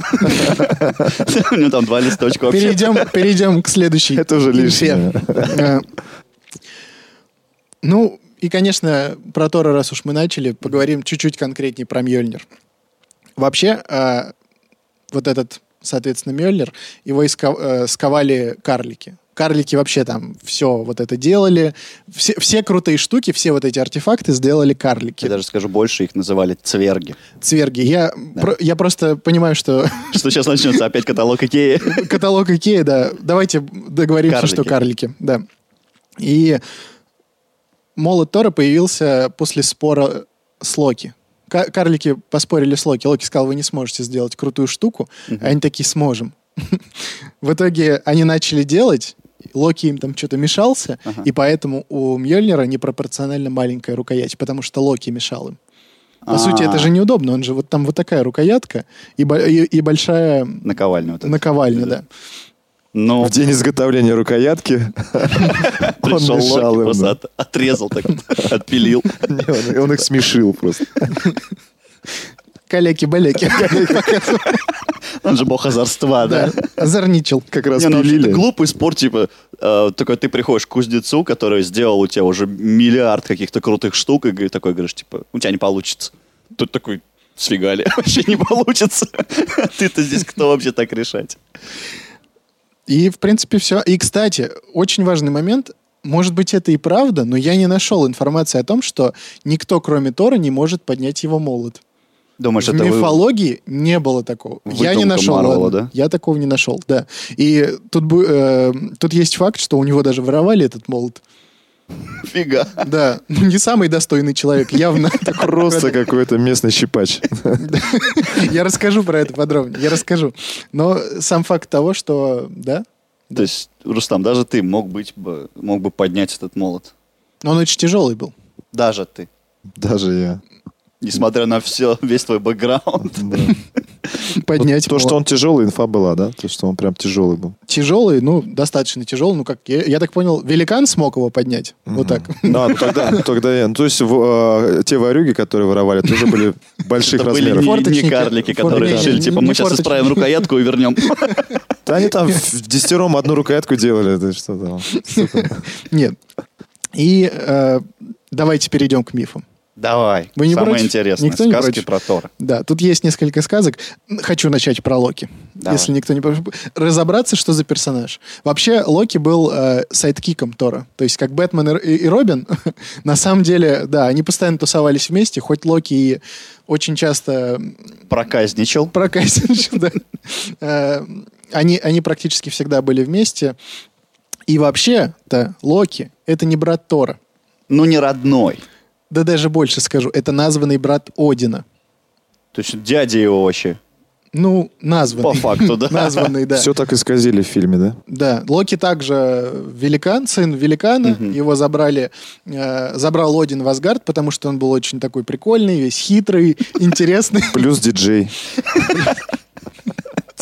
Speaker 2: У него там два листочка вообще.
Speaker 1: Перейдем, перейдем к следующей.
Speaker 3: Это уже лишнее.
Speaker 1: инфе. Э, Ну, и, конечно, про Тора, раз уж мы начали, поговорим чуть-чуть конкретнее про Мьёльнир. Вообще, э, вот этот, соответственно, Мьёльнир, его иска- э, сковали карлики. Карлики вообще там все вот это делали. Все, все крутые штуки, все вот эти артефакты сделали карлики.
Speaker 2: Я даже скажу больше, их называли цверги.
Speaker 1: Цверги. Я, про- я просто понимаю, что
Speaker 2: Что сейчас начнется опять каталог Икеи.
Speaker 1: каталог Икеи, да. Давайте договоримся,
Speaker 2: Карлики.
Speaker 1: что карлики, да. И молот Тора появился после спора с Локи. Ка- Карлики поспорили с Локи. Локи сказал, вы не сможете сделать крутую штуку. А Они такие, сможем. В итоге они начали делать, Локи им там что-то мешался, и поэтому у Мьёльнира непропорционально маленькая рукоять, потому что Локи мешал им. По сути, это же неудобно, он же вот там вот такая рукоятка и, бо- и- и большая
Speaker 2: Наковальня вот эта.
Speaker 1: наковальня, да.
Speaker 2: Ну,
Speaker 3: В день изготовления рукоятки он
Speaker 2: пришел
Speaker 3: мешал
Speaker 2: Локи,
Speaker 3: им.
Speaker 2: просто
Speaker 3: да.
Speaker 2: от- отрезал так, отпилил.
Speaker 3: Не, Он он их смешил просто.
Speaker 1: Калеки-балеки.
Speaker 2: Он же бог озорства, да?
Speaker 1: Да. Озорничал.
Speaker 3: Как раз
Speaker 2: Не, ну, вообще, это
Speaker 3: пилили.
Speaker 2: глупый спорт, типа, э, такой ты приходишь к кузнецу, который сделал у тебя уже миллиард каких-то крутых штук, и г- такой говоришь, типа, у тебя не получится. Тут такой, сфигали, вообще не получится. Ты-то здесь кто вообще так решать?
Speaker 1: И, в принципе, все. И, кстати, очень важный момент. Может быть, это и правда, но я не нашел информации о том, что никто, кроме Тора, не может поднять его молот.
Speaker 2: Думаешь,
Speaker 1: в
Speaker 2: это вы-
Speaker 1: мифологии не было такого. Я не
Speaker 2: Выдумка
Speaker 1: нашел.
Speaker 2: Марвела,
Speaker 1: ладно.
Speaker 2: да?
Speaker 1: Я такого не нашел, да. И тут, бы, э, тут есть факт, что у него даже воровали этот молот.
Speaker 2: фига.
Speaker 1: Да, ну, не самый достойный человек, явно.
Speaker 3: Просто какой-то местный щипач.
Speaker 1: Я расскажу про это подробнее, я расскажу. Но сам факт того, что, да,
Speaker 2: То есть, Рустам, даже ты мог быть бы, мог бы поднять этот молот.
Speaker 1: но он очень тяжелый был.
Speaker 2: Даже ты.
Speaker 3: Даже я.
Speaker 2: Несмотря на все, весь твой бэкграунд.
Speaker 3: Да.
Speaker 1: Поднять
Speaker 3: То,
Speaker 1: молот.
Speaker 3: что он тяжелый, инфа была, да? То, что он прям тяжелый был.
Speaker 1: тяжелый, ну, достаточно тяжелый, ну, как, я, я так понял, великан смог его поднять, вот так.
Speaker 3: Да, ну тогда, тогда я. Ну, то есть в- э, те ворюги, которые воровали, тоже были больших
Speaker 2: Это были
Speaker 3: размеров.
Speaker 2: не- не,
Speaker 1: Форточники.
Speaker 2: карлики,
Speaker 1: Форточники.
Speaker 2: которые решили, типа,
Speaker 1: Не
Speaker 2: мы сейчас
Speaker 1: форточники.
Speaker 2: исправим рукоятку и вернем.
Speaker 3: Да они там в десятером одну рукоятку делали. Да что там.
Speaker 1: Нет. И э, давайте перейдем к мифам.
Speaker 2: Давай.
Speaker 1: Вы не
Speaker 2: Самое
Speaker 1: против?
Speaker 2: интересное.
Speaker 1: Никто не
Speaker 2: Сказки
Speaker 1: против?
Speaker 2: про Тора.
Speaker 1: Да, тут есть несколько сказок. Н- Хочу начать про Локи,
Speaker 2: Давай.
Speaker 1: если никто не... против. Разобраться, что за персонаж. Вообще, Локи был э, сайдкиком Тора. То есть, как Бэтмен и, и Робин, на самом деле, да, они постоянно тусовались вместе, хоть Локи и очень часто
Speaker 2: Проказничал.
Speaker 1: проказничал, да. Э, Они, они практически всегда были вместе. И вообще-то Локи — это не брат Тора.
Speaker 2: Ну, не родной.
Speaker 1: Да даже больше скажу, это названный брат Одина.
Speaker 2: То есть дядя его вообще.
Speaker 1: Ну, названный.
Speaker 2: По факту, да.
Speaker 1: Названный, да.
Speaker 3: Все так исказили в фильме, да?
Speaker 1: Да, Локи также великан, сын великана. Его забрали, э, забрал Один в Асгард, потому что он был очень такой прикольный, весь хитрый, интересный.
Speaker 3: Плюс диджей.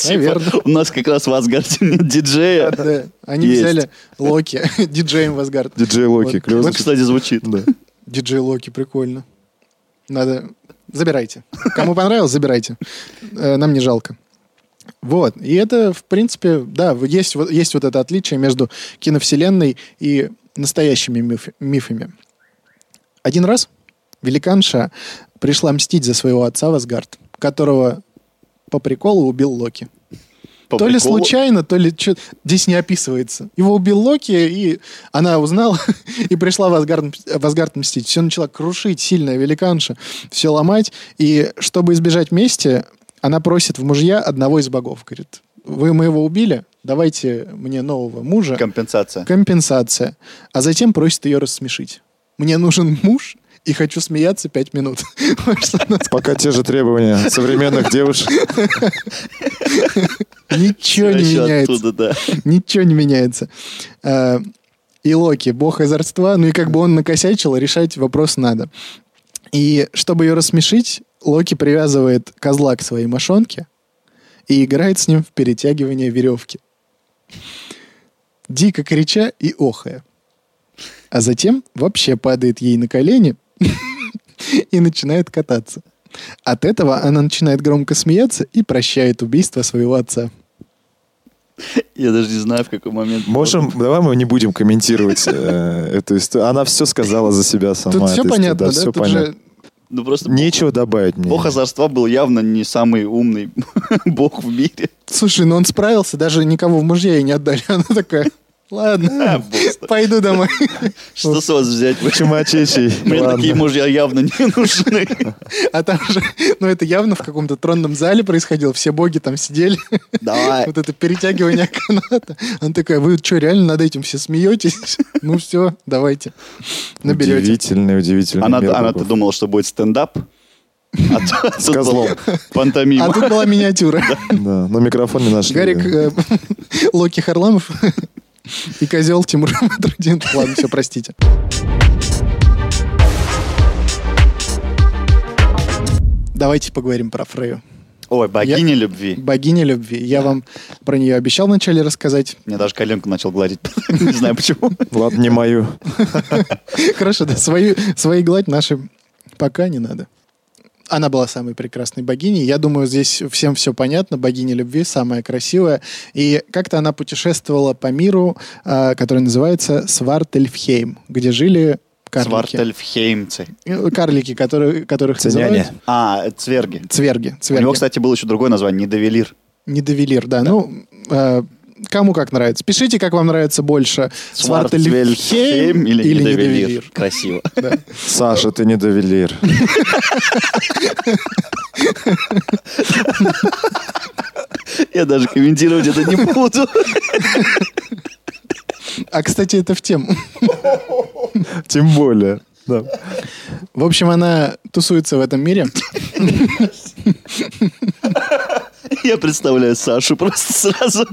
Speaker 1: Наверно.
Speaker 2: Типа, У нас как раз в Асгарде нет диджея.
Speaker 1: Да, Они
Speaker 2: Есть.
Speaker 1: взяли Локи, диджеем в Асгард.
Speaker 3: Диджей Локи,
Speaker 1: Вот.
Speaker 3: клёво.
Speaker 2: Вот, кстати, звучит.
Speaker 3: Да.
Speaker 1: Диджей Локи, прикольно. Надо... Забирайте. Кому понравилось, забирайте. Э, Нам не жалко. Вот. И это, в принципе, да, вы- есть, вот- есть вот это отличие между киновселенной и настоящими миф- мифами. Один раз великанша пришла мстить за своего отца в Асгард, которого по приколу убил Локи.
Speaker 2: По
Speaker 1: то ли
Speaker 2: приколу.
Speaker 1: случайно, то ли что здесь не описывается. Его убил Локи, и она узнала, и пришла в Асгард, мс- в Асгард мстить. Все начала крушить, сильная великанша, все ломать. И чтобы избежать мести, она просит в мужья одного из богов. Говорит, вы моего убили, давайте мне нового мужа.
Speaker 2: Компенсация.
Speaker 1: Компенсация. А затем просит ее рассмешить. Мне нужен муж, и хочу смеяться пять минут. Вот что она сказала.
Speaker 3: Пока те же требования современных девушек.
Speaker 1: Ничего не
Speaker 2: Еще
Speaker 1: меняется.
Speaker 2: оттуда, да.
Speaker 1: Ничего не меняется. Э, И Локи, бог озорства, ну и как бы он накосячил, решать вопрос надо. И чтобы ее рассмешить, Локи привязывает козла к своей мошонке и играет с ним в перетягивание веревки. Дико крича и охая. А затем вообще падает ей на колени и начинает кататься. От этого она начинает громко смеяться и прощает убийство своего отца.
Speaker 2: Я даже не знаю, в какой момент.
Speaker 3: Можем, давай мы не будем комментировать э, эту историю. Она все сказала за себя сама.
Speaker 1: Тут все
Speaker 3: эта история.
Speaker 1: понятно, да?
Speaker 3: всё
Speaker 1: Тут же
Speaker 3: понятно.
Speaker 2: Ну просто
Speaker 3: Нечего добавить мне.
Speaker 2: бог озорства был явно не самый умный бог в мире.
Speaker 1: Слушай, ну он справился, даже никого в мужья ей не отдали. Она такая,
Speaker 2: А,
Speaker 1: ладно,
Speaker 2: бог с тобой.
Speaker 1: пойду домой.
Speaker 2: Что с вас взять? Вы-
Speaker 3: Чумачечий.
Speaker 2: Мне
Speaker 3: Ладно.
Speaker 2: такие мужья явно не нужны.
Speaker 1: А там же, ну это явно в каком-то тронном зале происходило, все боги там сидели.
Speaker 2: Давай.
Speaker 1: Вот это перетягивание каната. Она такая, вы что, реально над этим все смеетесь? Ну все, давайте, наберете.
Speaker 3: Удивительный, удивительный
Speaker 2: Она,
Speaker 3: мир
Speaker 2: она-то
Speaker 3: богов.
Speaker 2: думала, что будет стендап. А то- а тут
Speaker 3: козлом.
Speaker 2: была
Speaker 1: А
Speaker 2: Пантомима.
Speaker 1: тут была миниатюра.
Speaker 3: Да, но микрофон не нашли.
Speaker 1: Гарик
Speaker 3: да.
Speaker 1: э, Локи Харламов и козел Тимур Матрудин. Ладно, все, простите. Давайте поговорим про Фрею.
Speaker 2: Ой, богиня любви.
Speaker 1: Богиня любви. Я вам про нее обещал вначале рассказать.
Speaker 2: Мне даже коленку начал гладить. Не знаю почему.
Speaker 3: Ладно, не мою.
Speaker 1: Хорошо, да, свою, свои гладь наши пока не надо. Она была самой прекрасной богиней. Я думаю, здесь всем все понятно. Богиня любви, самая красивая. И как-то она путешествовала по миру, а, который называется Свартельфхейм, где жили карлики.
Speaker 2: Свартельфхеймцы.
Speaker 1: Э, Карлики, которые, которых
Speaker 3: Ценяне.
Speaker 1: называют...
Speaker 2: А, э, цверги.
Speaker 1: Цверги.
Speaker 2: У
Speaker 1: цверги.
Speaker 2: него, кстати, было еще другое название, недовелир.
Speaker 1: Недовелир, да. Ну, э, кому как нравится. Пишите, как вам нравится больше. Свартельфхейм
Speaker 2: Свартельфхейм
Speaker 1: или,
Speaker 2: или
Speaker 1: Недовелир.
Speaker 2: недовелир. Красиво.
Speaker 3: Саша, ты не довелир.
Speaker 2: Я даже комментировать это не буду.
Speaker 1: А, кстати, это в тему.
Speaker 3: Тем более. Да.
Speaker 1: В общем, она тусуется в этом мире.
Speaker 2: Я представляю Сашу просто сразу.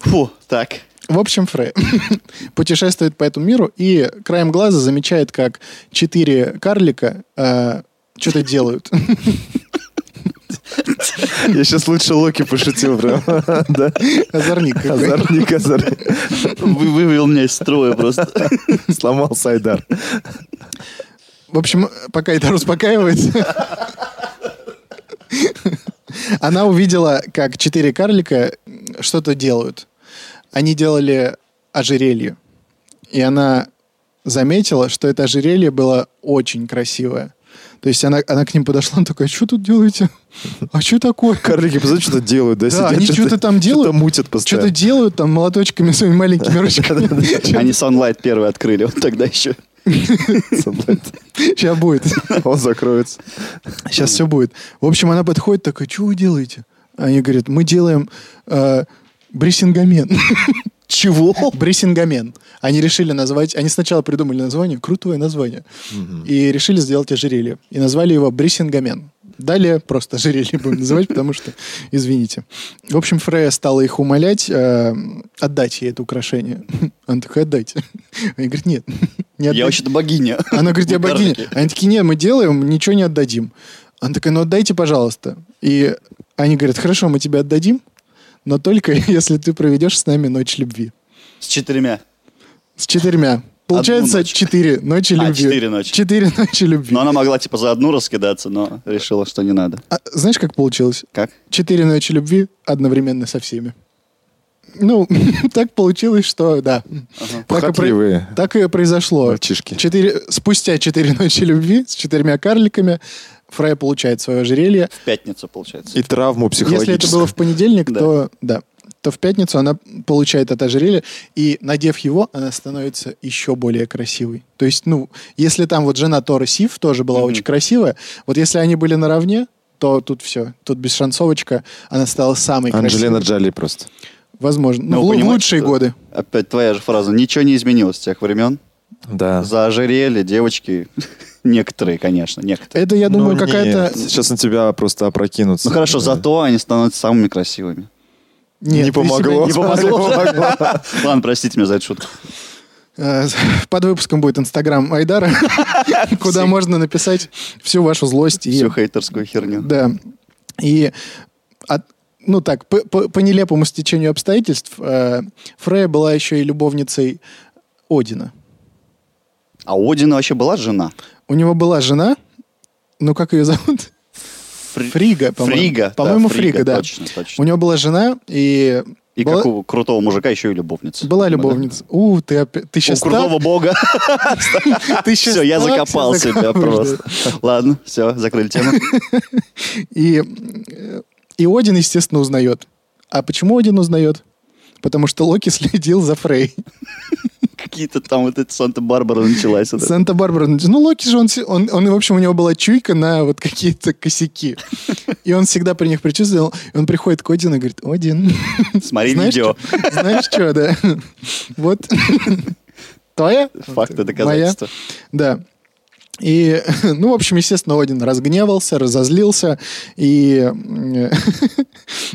Speaker 2: Фу, так.
Speaker 1: В общем, Фрей путешествует по этому миру и краем глаза замечает, как четыре карлика э, что-то делают.
Speaker 3: Я сейчас лучше Локи пошутил прям. Да.
Speaker 1: Озорник. какой.
Speaker 3: Озорник, озорник.
Speaker 2: Вы вывел меня из строя просто.
Speaker 3: Сломал Сайдар.
Speaker 1: В общем, пока это успокаивается... Она увидела, как четыре карлика что-то делают. Они делали ожерелье. И она заметила, что это ожерелье было очень красивое. То есть она, она к ним подошла, она такая, что тут делаете? А что такое?
Speaker 3: Карлики, посмотри, что-то делают. Да,
Speaker 1: Да,
Speaker 3: сидят,
Speaker 1: они что-то там делают.
Speaker 3: Что-то мутят
Speaker 1: Что-то
Speaker 3: постоянно.
Speaker 1: делают там молоточками своими маленькими ручками.
Speaker 2: Они Sunlight первый открыли, вот тогда еще.
Speaker 1: Сейчас будет.
Speaker 3: Он закроется.
Speaker 1: Сейчас все будет. В общем, она подходит, такая, что вы делаете? Они говорят, мы делаем э, брисингамен.
Speaker 2: Чего?
Speaker 1: Брисингамен. Они решили назвать, они сначала придумали название, крутое название, и решили сделать ожерелье. И назвали его брисингамен. Далее просто ожерелье будем называть, потому что, извините. В общем, Фрея стала их умолять э, отдать ей это украшение. Она такая, отдайте. Они говорят, нет, не
Speaker 2: Я
Speaker 1: отдайте.
Speaker 2: вообще-то богиня.
Speaker 1: Она говорит, я
Speaker 2: Ну,
Speaker 1: богиня.
Speaker 2: карлики.
Speaker 1: Они такие, нет, мы делаем, ничего не отдадим. Она такая, ну отдайте, пожалуйста. И они говорят, хорошо, мы тебе отдадим, но только если ты проведешь с нами ночь любви.
Speaker 2: С четырьмя.
Speaker 1: С четырьмя. Получается,
Speaker 2: ночь.
Speaker 1: четыре ночи
Speaker 2: А,
Speaker 1: любви.
Speaker 2: четыре ночи.
Speaker 1: Четыре ночи любви.
Speaker 2: Но она могла типа за одну раскидаться, но решила, что не надо.
Speaker 1: А знаешь, как получилось?
Speaker 2: Как?
Speaker 1: Четыре ночи любви одновременно со всеми. Ну, так получилось, что да. Так и, про-
Speaker 3: Похотливые
Speaker 1: так и произошло.
Speaker 3: мальчишки.
Speaker 1: Четыре... Спустя четыре ночи любви с четырьмя карликами Фрей получает свое ожерелье.
Speaker 2: В пятницу, получается.
Speaker 3: И травму
Speaker 1: Если
Speaker 3: психологическую.
Speaker 1: это было в понедельник,
Speaker 2: Да.
Speaker 1: то да. То в пятницу она получает это ожерелье, и, надев его, она становится еще более красивой. То есть, ну, если там вот жена Тора Сиф тоже была
Speaker 2: Мгм.
Speaker 1: очень красивая, вот если они были наравне, то тут все. Тут бесшансовочка, она стала самой
Speaker 3: Анджелина
Speaker 1: красивой.
Speaker 3: Джоли просто.
Speaker 1: Возможно. Ну,
Speaker 2: Ну,
Speaker 1: в лу- в
Speaker 2: понимаете,
Speaker 1: лучшие
Speaker 2: что-
Speaker 1: годы.
Speaker 2: Опять твоя же фраза. Ничего не изменилось с тех времен.
Speaker 3: Да.
Speaker 2: За ожерелье девочки, некоторые, конечно, некоторые.
Speaker 1: Это, я думаю, какая-то...
Speaker 3: Сейчас Ну, на тебя просто опрокинутся.
Speaker 2: Ну хорошо,
Speaker 3: Да.
Speaker 2: зато они становятся самыми красивыми.
Speaker 1: Нет,
Speaker 3: не
Speaker 1: ты себя
Speaker 3: помогло.
Speaker 2: Не помогло. Ладно, простите меня за эту шутку.
Speaker 1: Э, Под выпуском будет Инстаграм Айдара, куда можно написать всю вашу злость. и-
Speaker 2: Всю хейтерскую херню.
Speaker 1: Да. И, от- ну так, по, по- по нелепому стечению обстоятельств, э, Фрея была еще и любовницей Одина.
Speaker 2: А у Одина вообще была жена?
Speaker 1: У него была жена, ну как ее зовут?
Speaker 2: Фри-
Speaker 1: Фрига, по-моему.
Speaker 2: Фрига. да,
Speaker 1: По-моему, Фрига, да.
Speaker 2: Точно, точно.
Speaker 1: У него была жена и...
Speaker 2: И
Speaker 1: была,
Speaker 2: как у крутого мужика еще и любовница.
Speaker 1: была
Speaker 2: Ну да.
Speaker 1: любовница. У, ты, опя- ты
Speaker 2: У
Speaker 1: сейчас
Speaker 2: крутого бога.
Speaker 1: Ты щас
Speaker 2: Все, я
Speaker 1: так
Speaker 2: закопал
Speaker 1: всё
Speaker 2: себя
Speaker 1: закапываешь,
Speaker 2: просто. Ладно, все, закрыли тему.
Speaker 1: И, э, и Один, естественно, узнает. А почему Один узнает? Потому что Локи следил за Фрей.
Speaker 2: Какие-то там вот эта Санта-Барбара началась. вот это.
Speaker 1: Санта-Барбара. Ну, Локи же, он, се- он, он, в общем, у него была чуйка на вот какие-то косяки. И он всегда при них предчувствовал. И он приходит к Одину и говорит, Один,
Speaker 2: Смотри
Speaker 1: Знаешь,
Speaker 2: А видео.
Speaker 1: чё- знаешь что, да? Вот твоя?
Speaker 2: Факты,
Speaker 1: э, Моя?
Speaker 2: доказательства.
Speaker 1: Да. И, ну, в общем, естественно, Один разгневался, разозлился, и, м,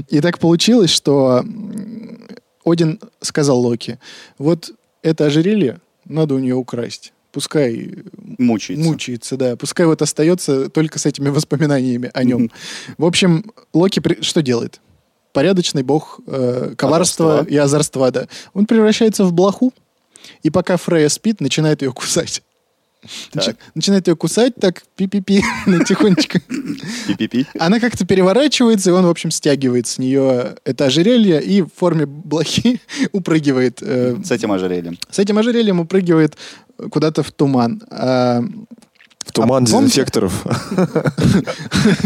Speaker 1: и так получилось, что м, Один сказал Локи, вот это ожерелье надо у нее украсть. Пускай
Speaker 2: Мучается.
Speaker 1: мучается, да. Пускай вот остается только с этими воспоминаниями о нем. В общем, Локи при- что делает? Порядочный бог э, коварства
Speaker 2: Озорства.
Speaker 1: и озорства, да. Он превращается в блоху, и пока Фрея спит, начинает ее кусать. Начи-
Speaker 2: Так.
Speaker 1: Начинает ее кусать так, пи-пи-пи, ну, тихонечко.
Speaker 2: Пи-пи-пи.
Speaker 1: Она как-то переворачивается, и он, в общем, стягивает с нее это ожерелье и в форме блохи упрыгивает э,
Speaker 2: С этим ожерельем.
Speaker 1: с этим ожерельем упрыгивает куда-то в туман. А,
Speaker 3: В туман
Speaker 1: А помните-
Speaker 3: дезинфекторов.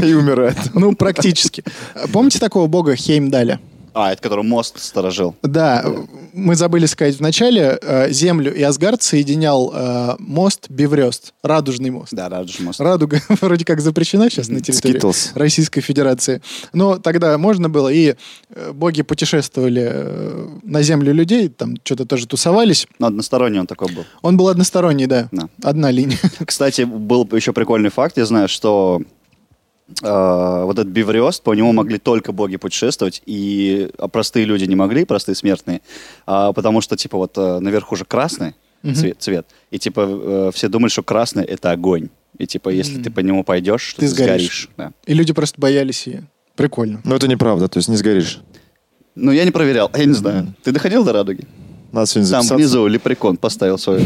Speaker 3: И умирает.
Speaker 1: ну, практически. А Помните такого бога Хеймдаля?
Speaker 2: А, это который мост сторожил.
Speaker 1: Да, э, мы забыли сказать в начале, э, Землю и Асгард соединял э, мост Беврёст, радужный мост.
Speaker 2: Да, Радж мост.
Speaker 1: Радуга вроде как запрещена сейчас на территории
Speaker 3: Скитлс.
Speaker 1: Российской Федерации. Но тогда можно было, и э, боги путешествовали э, на землю людей, там что-то тоже тусовались.
Speaker 2: Ну, односторонний он такой был.
Speaker 1: Он был односторонний, да,
Speaker 2: Да.
Speaker 1: одна линия.
Speaker 2: Кстати, был еще прикольный факт, я знаю, что э, вот этот Биврёст, по нему могли только боги путешествовать, и а, простые люди не могли, простые смертные, а, потому что, типа, вот э, наверху же красный
Speaker 1: Мгм.
Speaker 2: цвет, цвет, и, типа, э, все думали, что красный — это огонь. И, типа, если ты по нему пойдешь, что
Speaker 1: Ты
Speaker 2: ты,
Speaker 1: сгоришь.
Speaker 2: сгоришь. да.
Speaker 1: И люди просто боялись ее. Прикольно.
Speaker 3: Но это неправда, то есть не сгоришь.
Speaker 2: Ну, я не проверял, я не знаю. Ты доходил до радуги?
Speaker 3: Надо сегодня
Speaker 2: Там
Speaker 3: записаться.
Speaker 2: внизу лепрекон поставил свой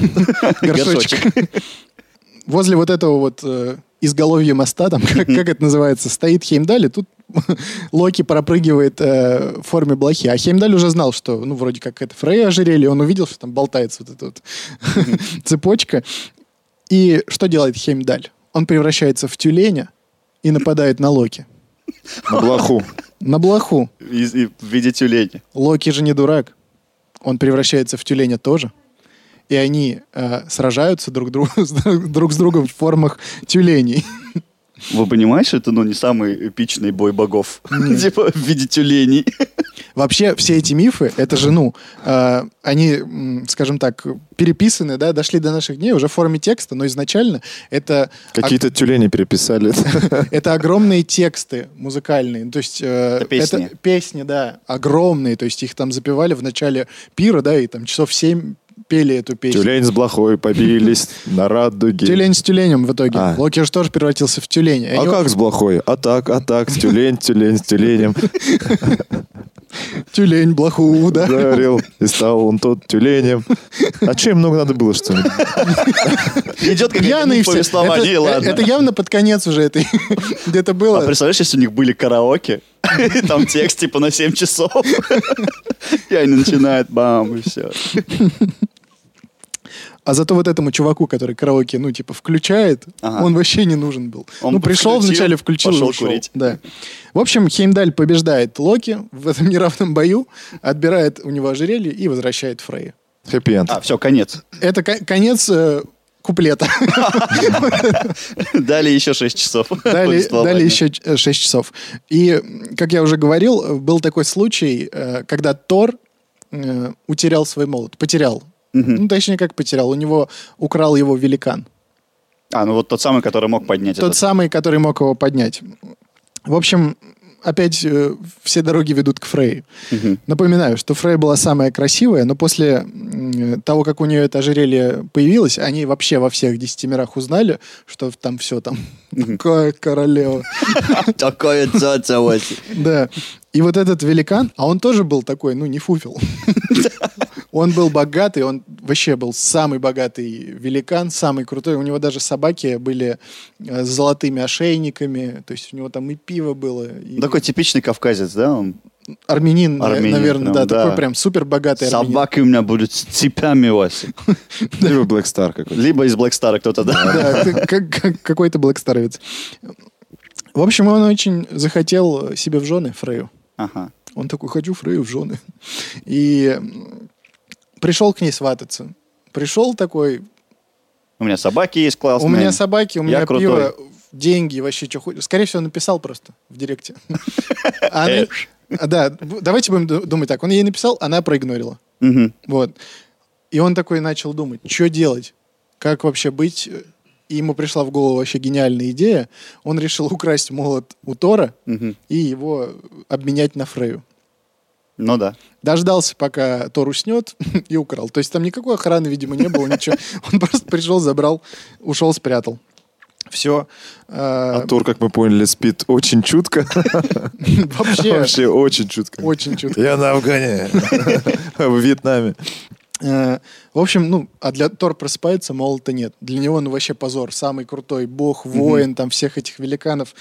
Speaker 1: Горшочек.
Speaker 2: горшочек.
Speaker 1: Возле вот этого вот э, изголовья моста, там, как, как это называется, стоит Хеймдаль, и тут Локи пропрыгивает э, в форме блохи. А Хеймдаль уже знал, что, ну, вроде как это Фрея ожерелье, он увидел, что там болтается вот эта вот цепочка. И что делает Хеймдаль? Он превращается в тюленя и нападает на Локи.
Speaker 3: На блоху.
Speaker 1: На блоху.
Speaker 2: И- и в виде тюленя.
Speaker 1: Локи же не дурак. Он превращается в тюленя тоже. И они э, сражаются друг, друг, друг с другом в формах тюленей.
Speaker 2: Вы понимаете, что это ну, не самый эпичный бой богов? Типа в виде тюленей.
Speaker 1: Вообще все эти мифы, это же, ну, э, они, м, скажем так, переписаны, да, дошли до наших дней уже в форме текста, но изначально это,
Speaker 3: Какие-то тюлени переписали.
Speaker 1: ог- это огромные тексты музыкальные, то есть... э,
Speaker 2: Это песни.
Speaker 1: песни, да, огромные, то есть их там запевали в начале пира, да, и там часов семь пели эту песню.
Speaker 3: Тюлень с блохой побились на радуге.
Speaker 1: Тюлень с тюленем в итоге.
Speaker 3: А.
Speaker 1: Локи же тоже превратился в тюленя. И
Speaker 3: А
Speaker 1: они-
Speaker 3: как с блохой? А так, а так, с тюлень, тюлень, с тюленем.
Speaker 1: Тюлень блоху ударил.
Speaker 3: Ударил, и стал он тот тюленем. А че им много надо было, что ли?
Speaker 2: Идет какие-то
Speaker 1: Пьяные все.
Speaker 2: глупые слова,
Speaker 1: это, э,
Speaker 2: не, ладно.
Speaker 1: это явно под конец уже этой. Где-то было.
Speaker 2: А представляешь, если у них были караоке, и там текст типа на 7 часов, и они начинают бам, и все.
Speaker 1: А зато вот этому чуваку, который караоке, ну, типа, включает,
Speaker 2: Ага.
Speaker 1: он вообще не нужен был.
Speaker 2: Он
Speaker 1: ну, пришел
Speaker 2: включил,
Speaker 1: вначале, включил и
Speaker 2: пошел
Speaker 1: ушел.
Speaker 2: курить.
Speaker 1: Да. В общем, Хеймдаль побеждает Локи в этом неравном бою, отбирает у него ожерелье и возвращает Фрей.
Speaker 3: Хэппи-энд.
Speaker 2: А, все, конец.
Speaker 1: Это ко- конец э, куплета.
Speaker 2: Дали еще 6 часов.
Speaker 1: Дали,
Speaker 2: повествования.
Speaker 1: дали еще 6 часов. И, как я уже говорил, э, был такой случай, э, когда Тор э, утерял свой молот. Потерял. Ну, точнее, как потерял. У него украл его великан.
Speaker 2: А, ну вот тот самый, который мог поднять
Speaker 1: Тот
Speaker 2: этот.
Speaker 1: самый, который мог его поднять. В общем, опять э, все дороги ведут к Фрей.
Speaker 2: Мгм.
Speaker 1: Напоминаю, что Фрей была самая красивая, но после м, того, как у нее это ожерелье появилось, они вообще во всех десяти мирах узнали, что там все там. Какая королева.
Speaker 2: Такое цаца Оси.
Speaker 1: Да. И вот этот великан, а он тоже был такой, ну, не фуфел. Он был богатый, он вообще был самый богатый великан, самый крутой. У него даже собаки были э, с золотыми ошейниками, то есть у него там и пиво было. и
Speaker 2: Такой типичный кавказец, да? он?
Speaker 1: армянин, на-
Speaker 2: армянин
Speaker 1: наверное, да,
Speaker 2: прям, да.
Speaker 1: такой прям супер богатый армянин.
Speaker 2: Собаки у меня будут с цепями, Оси.
Speaker 3: Либо Black Star какой-то.
Speaker 2: Либо из Black Star кто-то, да?
Speaker 1: Да, ты как- как- какой-то блэкстаровец. В общем, он очень захотел себе в жены Фрею.
Speaker 2: Ага.
Speaker 1: Он такой, хочу Фрею в жены. И м, пришел к ней свататься. Пришел такой,
Speaker 2: У меня собаки есть, классные.
Speaker 1: у меня собаки, у
Speaker 2: Я
Speaker 1: меня
Speaker 2: крутой.
Speaker 1: пиво, деньги, вообще что хочешь. Скорее всего, написал просто в директе. А она- а, Да, б- давайте будем ду- думать так. Он ей написал, она проигнорила.
Speaker 2: Мгм.
Speaker 1: Вот. И он такой начал думать, что делать, как вообще быть. И ему пришла в голову вообще гениальная идея. Он решил украсть молот у Тора
Speaker 2: Мгм.
Speaker 1: и его обменять на Фрею.
Speaker 2: Ну да.
Speaker 1: Дождался, пока Тор уснет, и украл. То есть там никакой охраны, видимо, не было, ничего. Он просто пришел, забрал, ушел, спрятал. Все.
Speaker 3: А Тор, как мы поняли, спит очень чутко.
Speaker 1: Вообще
Speaker 3: Вообще очень чутко.
Speaker 1: очень чутко.
Speaker 3: Я на Афгане. В Вьетнаме.
Speaker 1: Э, В общем, ну, а для Тор просыпается, молота нет. Для него он вообще позор. Самый крутой бог, воин, там всех этих великанов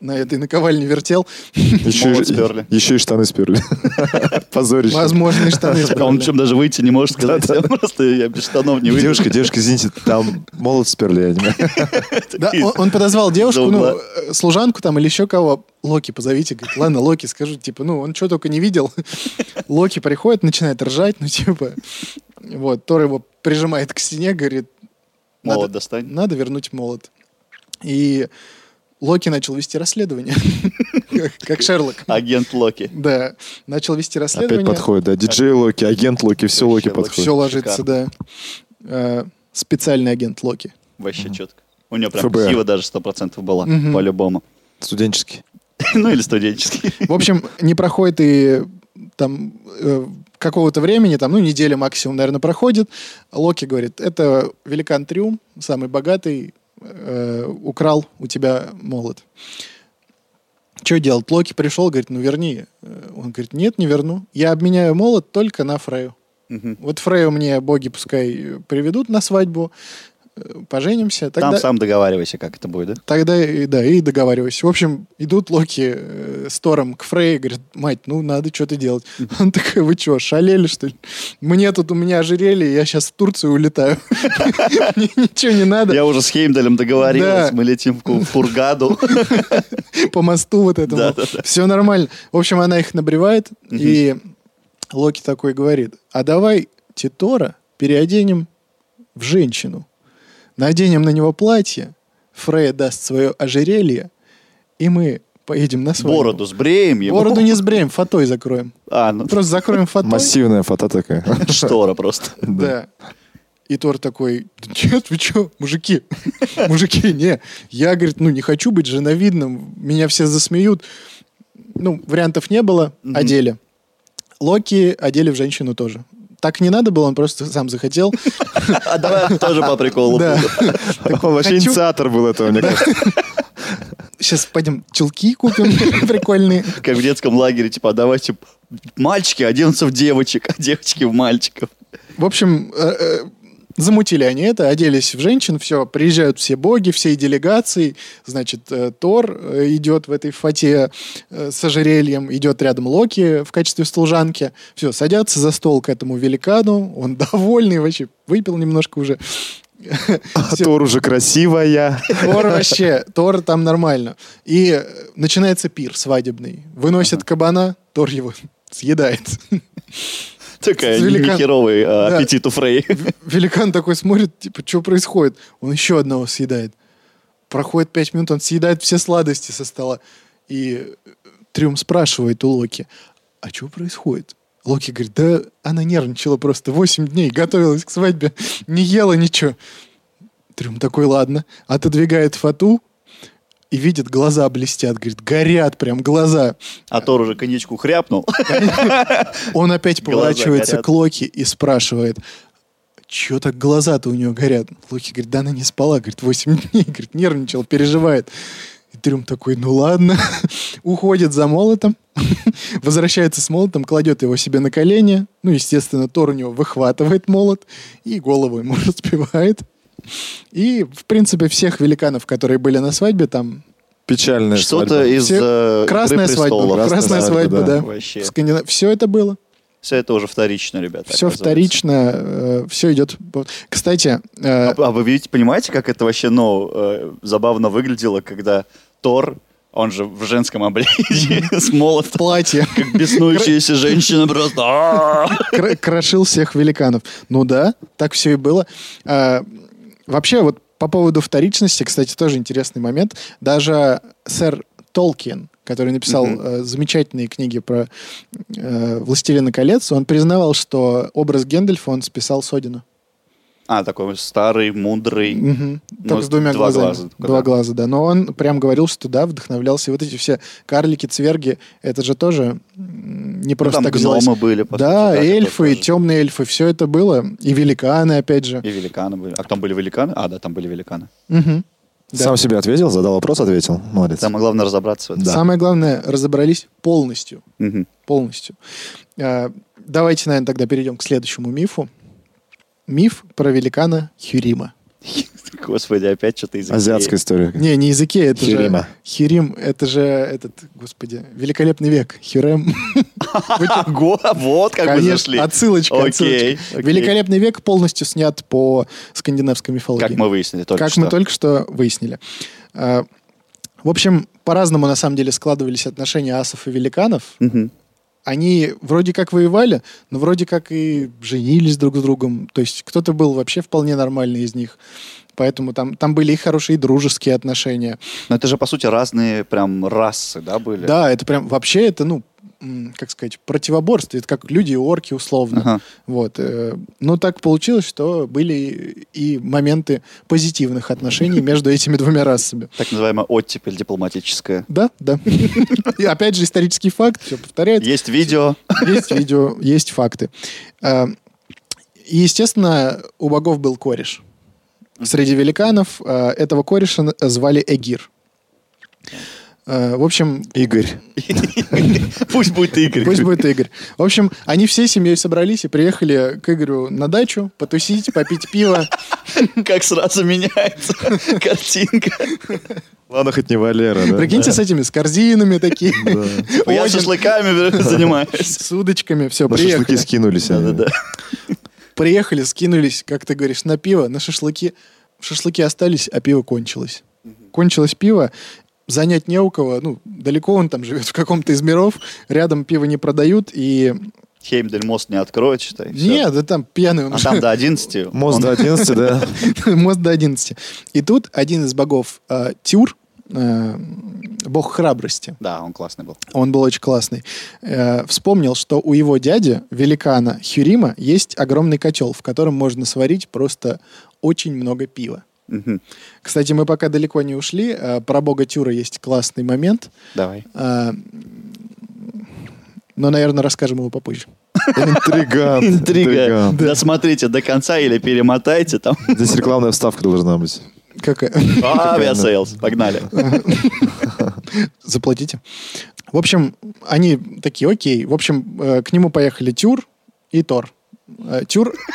Speaker 1: на этой наковальне вертел.
Speaker 3: Еще,
Speaker 2: Молот
Speaker 3: и-
Speaker 2: сперли.
Speaker 3: еще и штаны сперли. Позорище.
Speaker 1: Возможно, и штаны
Speaker 2: Он
Speaker 1: сперли.
Speaker 2: причем даже выйти не может сказать. Я просто я без штанов не выйду.
Speaker 3: Девушка,
Speaker 1: типа,
Speaker 3: девушка, извините, там молот сперли. я не могу.
Speaker 1: Да, он, он подозвал девушку,
Speaker 2: угла.
Speaker 1: ну, э, служанку там или еще кого. Локи позовите. Говорит, ладно, Локи, скажу, типа, ну, он что только не видел. Локи приходит, начинает ржать, ну, типа, вот, Тор его прижимает к стене, говорит,
Speaker 2: Молот
Speaker 1: надо-
Speaker 2: достань.
Speaker 1: Надо вернуть молот. И Локи начал вести расследование, Как- как Шерлок.
Speaker 2: Агент Локи.
Speaker 1: Да, начал вести
Speaker 3: А Опять
Speaker 1: расследование.
Speaker 3: подходит, да. Диджей Локи, агент Локи, все Локи
Speaker 2: Вообще Локи.
Speaker 1: Все
Speaker 3: подходит.
Speaker 1: ложится, да. Э, Специальный агент Локи.
Speaker 2: Вообще четко. У него прям
Speaker 3: ФБР.
Speaker 2: сила даже 100% была,
Speaker 1: Мгм.
Speaker 2: по-любому.
Speaker 3: Студенческий.
Speaker 2: Ну или студенческий.
Speaker 1: В общем, не проходит и там э, какого-то времени, там, ну, неделя максимум, наверное, проходит. Локи говорит, это великан Триум, самый богатый, э, украл у тебя молот. Что делать? Локи пришел, говорит, ну, верни. Э, Он говорит, нет, не верну. Я обменяю молот только на Фрею.
Speaker 2: Мгм.
Speaker 1: Вот Фрею мне боги пускай э, приведут на свадьбу, э, поженимся.
Speaker 2: Там
Speaker 1: Тогда,
Speaker 2: сам договаривайся, как это будет, да?
Speaker 1: Тогда, и- да, и договариваюсь. В общем, идут Локи э, с Тором к Фрей, говорят, мать, ну, надо что-то делать. Он такой, вы что, шалели, что ли? Мне тут, у меня ожерелье, я сейчас в Турцию улетаю. Мне ничего не надо
Speaker 2: Я уже с Хеймдалем
Speaker 1: Да.
Speaker 2: договорилась, мы летим в Ку- в Фургаду.
Speaker 1: по мосту вот
Speaker 2: Да,
Speaker 1: этому.
Speaker 2: да,
Speaker 1: Все нормально. В общем, она их набревает, и Локи такой говорит, а давай Титора переоденем в женщину. Наденем на него платье, Фрея даст свое ожерелье, и мы поедем на свадьбу.
Speaker 2: Бороду сбреем его.
Speaker 1: Бороду не сбреем, фатой закроем.
Speaker 2: А, ну
Speaker 1: Просто закроем фатой.
Speaker 3: Массивная фото такая.
Speaker 2: штора просто.
Speaker 1: Да. И Тор такой, «Да нет, вы что, мужики, мужики, не. Я, говорит, ну не хочу быть женовидным, меня все засмеют. Ну, вариантов не было,
Speaker 2: Мгм.
Speaker 1: одели. Локи одели в женщину тоже. Так не надо было, он просто сам захотел.
Speaker 2: А давай тоже по приколу.
Speaker 1: Да.
Speaker 2: буду.
Speaker 3: Он вообще
Speaker 1: хочу.
Speaker 3: инициатор был этого, мне кажется.
Speaker 1: Сейчас пойдем челки купим прикольные.
Speaker 2: Как в детском лагере, типа, а давайте мальчики оденутся в девочек, а девочки в мальчиков.
Speaker 1: В общем, э, э, замутили они это, оделись в женщин, все, приезжают все боги, всей делегации, значит, э, Тор э, идет в этой фате э, с ожерельем, идет рядом Локи в качестве служанки, все, садятся за стол к этому великану, он довольный вообще, выпил немножко уже.
Speaker 3: А
Speaker 1: Всё.
Speaker 3: Тор уже красивая.
Speaker 1: Тор вообще, Тор там нормально. И э, начинается пир свадебный. Выносят кабана, Тор его съедает.
Speaker 2: Такая
Speaker 1: С великан-
Speaker 2: нехеровый э,
Speaker 1: Да.
Speaker 2: аппетит у Фрей.
Speaker 1: Великан такой смотрит, типа, что происходит? Он еще одного съедает. Проходит пять минут, он съедает все сладости со стола. И э, Трюм спрашивает у Локи, а что происходит? Локи говорит, да она нервничала просто 8 дней, готовилась к свадьбе, не ела ничего. Трюм такой, ладно. Отодвигает фату и видит, глаза блестят. Говорит, горят прям глаза.
Speaker 2: А Тор уже коньячку хряпнул.
Speaker 1: Он опять
Speaker 2: Глаза
Speaker 1: поворачивается
Speaker 2: горят.
Speaker 1: к Локи и спрашивает, чё так глаза-то у нее горят? Локи говорит, да она не спала, говорит, 8 дней, говорит, нервничал, переживает. И Трюм такой, ну ладно, уходит за молотом, возвращается с молотом, кладет его себе на колени, ну, естественно, Тор у него выхватывает молот и голову ему разбивает. И, в принципе, всех великанов, которые были на свадьбе, там
Speaker 3: Печальная
Speaker 2: Что-то
Speaker 3: свадьба.
Speaker 2: из э, «Игры
Speaker 1: красная свадьба,
Speaker 2: престолов».
Speaker 1: красная, свадьба, да.
Speaker 2: Вообще.
Speaker 1: Все это было.
Speaker 2: Все это уже вторично, ребята.
Speaker 1: Все
Speaker 2: оказывается.
Speaker 1: вторично, все идет. по- Кстати, э,
Speaker 2: А, а вы видите, понимаете, как это вообще, ну, э, забавно выглядело, когда Тор, он же в женском обличье, с молотом,
Speaker 1: платье
Speaker 2: как беснующаяся женщина просто. а! «А-а-а».
Speaker 1: кр- крошил всех великанов. Ну да, так все и было. Э, Вообще, вот по поводу вторичности, кстати, тоже интересный момент. Даже сэр Толкин, который написал
Speaker 2: Мгм.
Speaker 1: э, замечательные книги про э, «Властелина колец», он признавал, что образ Гендельфа он списал с Одина.
Speaker 2: А, такой старый, мудрый.
Speaker 1: Мгм.
Speaker 2: Ну,
Speaker 1: Только с двумя
Speaker 2: два
Speaker 1: глазами.
Speaker 2: глаза только,
Speaker 1: два
Speaker 2: да.
Speaker 1: глаза, да. Но он прям говорил, что да, вдохновлялся. И вот эти все карлики, цверги, это же тоже м, не просто
Speaker 2: ну, там
Speaker 1: так взялось.
Speaker 2: гномы были. по
Speaker 1: да,
Speaker 2: сути,
Speaker 1: эльфы,
Speaker 2: которые
Speaker 1: и
Speaker 2: тоже.
Speaker 1: темные эльфы, все это было. И великаны, опять же.
Speaker 2: И великаны были. А там были великаны? А, да, там были великаны.
Speaker 1: Мгм. Да.
Speaker 3: Сам себе ответил, задал вопрос, ответил. Молодец.
Speaker 2: Самое главное разобраться в этом.
Speaker 3: Да.
Speaker 1: Самое главное, разобрались полностью.
Speaker 2: Мгм.
Speaker 1: Полностью. Э, Давайте, наверное, тогда перейдем к следующему мифу. Миф про великана Хюрима.
Speaker 2: Господи, опять что-то из
Speaker 3: Азиатская история.
Speaker 1: Не, не языке, это
Speaker 3: Хюрима.
Speaker 1: же... Хюрим, это же этот, господи, великолепный век. Хюрем.
Speaker 2: Ого, вот как мы
Speaker 1: Конечно,
Speaker 2: зашли.
Speaker 1: Отсылочка,
Speaker 2: Окей,
Speaker 1: отсылочка.
Speaker 2: окей.
Speaker 1: Великолепный век полностью снят по скандинавской мифологии.
Speaker 2: Как мы выяснили только
Speaker 1: Как
Speaker 2: что.
Speaker 1: мы только что выяснили. Э, В общем, по-разному на самом деле складывались отношения асов и великанов.
Speaker 2: Мгм.
Speaker 1: Они вроде как воевали, но вроде как и женились друг с другом. То есть кто-то был вообще вполне нормальный из них. Поэтому там, там были и хорошие, и дружеские отношения.
Speaker 2: Но это же, по сути, разные прям расы, да, были?
Speaker 1: Да, это прям вообще это, ну, м, как сказать, противоборство. Это как люди и орки условно.
Speaker 2: Ага.
Speaker 1: Вот. э, Но так получилось, что были и моменты позитивных отношений между этими двумя расами.
Speaker 2: Так называемая оттепель дипломатическая.
Speaker 1: Да, да. И опять же исторический факт, все повторяется.
Speaker 2: Есть видео.
Speaker 1: Есть видео, есть факты. Э, И, естественно, у богов был кореш. Среди великанов э, этого кореша на- звали Эгир. Э, В общем,
Speaker 3: Игорь.
Speaker 2: Пусть будет Игорь.
Speaker 1: Пусть будет Игорь. В общем, они всей семьей собрались и приехали к Игорю на дачу потусить, попить пиво.
Speaker 2: Как сразу меняется картинка.
Speaker 3: Ладно, хоть не Валера, да? Ну,
Speaker 1: Прикиньте, с этими, с корзинами такие,
Speaker 3: Да.
Speaker 2: Я
Speaker 1: Один.
Speaker 2: шашлыками занимаюсь.
Speaker 1: с удочками, все,
Speaker 3: На шашлыки
Speaker 1: приехали.
Speaker 3: скинулись. они.
Speaker 2: Да-да-да.
Speaker 1: Приехали, скинулись, как ты говоришь, на пиво, на шашлыки. Шашлыки остались, а пиво кончилось. Кончилось пиво, занять не у кого. Ну, далеко он там живет, в каком-то из миров. Рядом пиво не продают, и...
Speaker 2: Хеймдель мост не откроет, считай. всё.
Speaker 1: Нет, да там пьяный он
Speaker 2: А там до 11.
Speaker 3: Мост
Speaker 2: он-
Speaker 3: до 11, да?
Speaker 1: Мост до 11. И тут один из богов э, Тюр, э, бог храбрости,
Speaker 2: Да, он классный был.
Speaker 1: он был очень классный, э, вспомнил, что у его дяди, великана Хюрима, есть огромный котел, в котором можно сварить просто очень много пива.
Speaker 2: Мгм.
Speaker 1: Кстати, мы пока далеко не ушли. э, Про бога Тюра есть классный момент.
Speaker 2: Давай.
Speaker 1: э, Но, наверное, расскажем его попозже.
Speaker 3: Интригант.
Speaker 2: Интрига.
Speaker 3: интригант.
Speaker 2: Досмотрите до конца или перемотайте там.
Speaker 3: Здесь
Speaker 1: э,
Speaker 3: рекламная вставка должна быть.
Speaker 1: Какая?
Speaker 2: Авиасейлс. Погнали.
Speaker 1: Заплатите. В общем, они такие, окей. В общем, э, к нему поехали Тюр и Тор. Э, Тюр...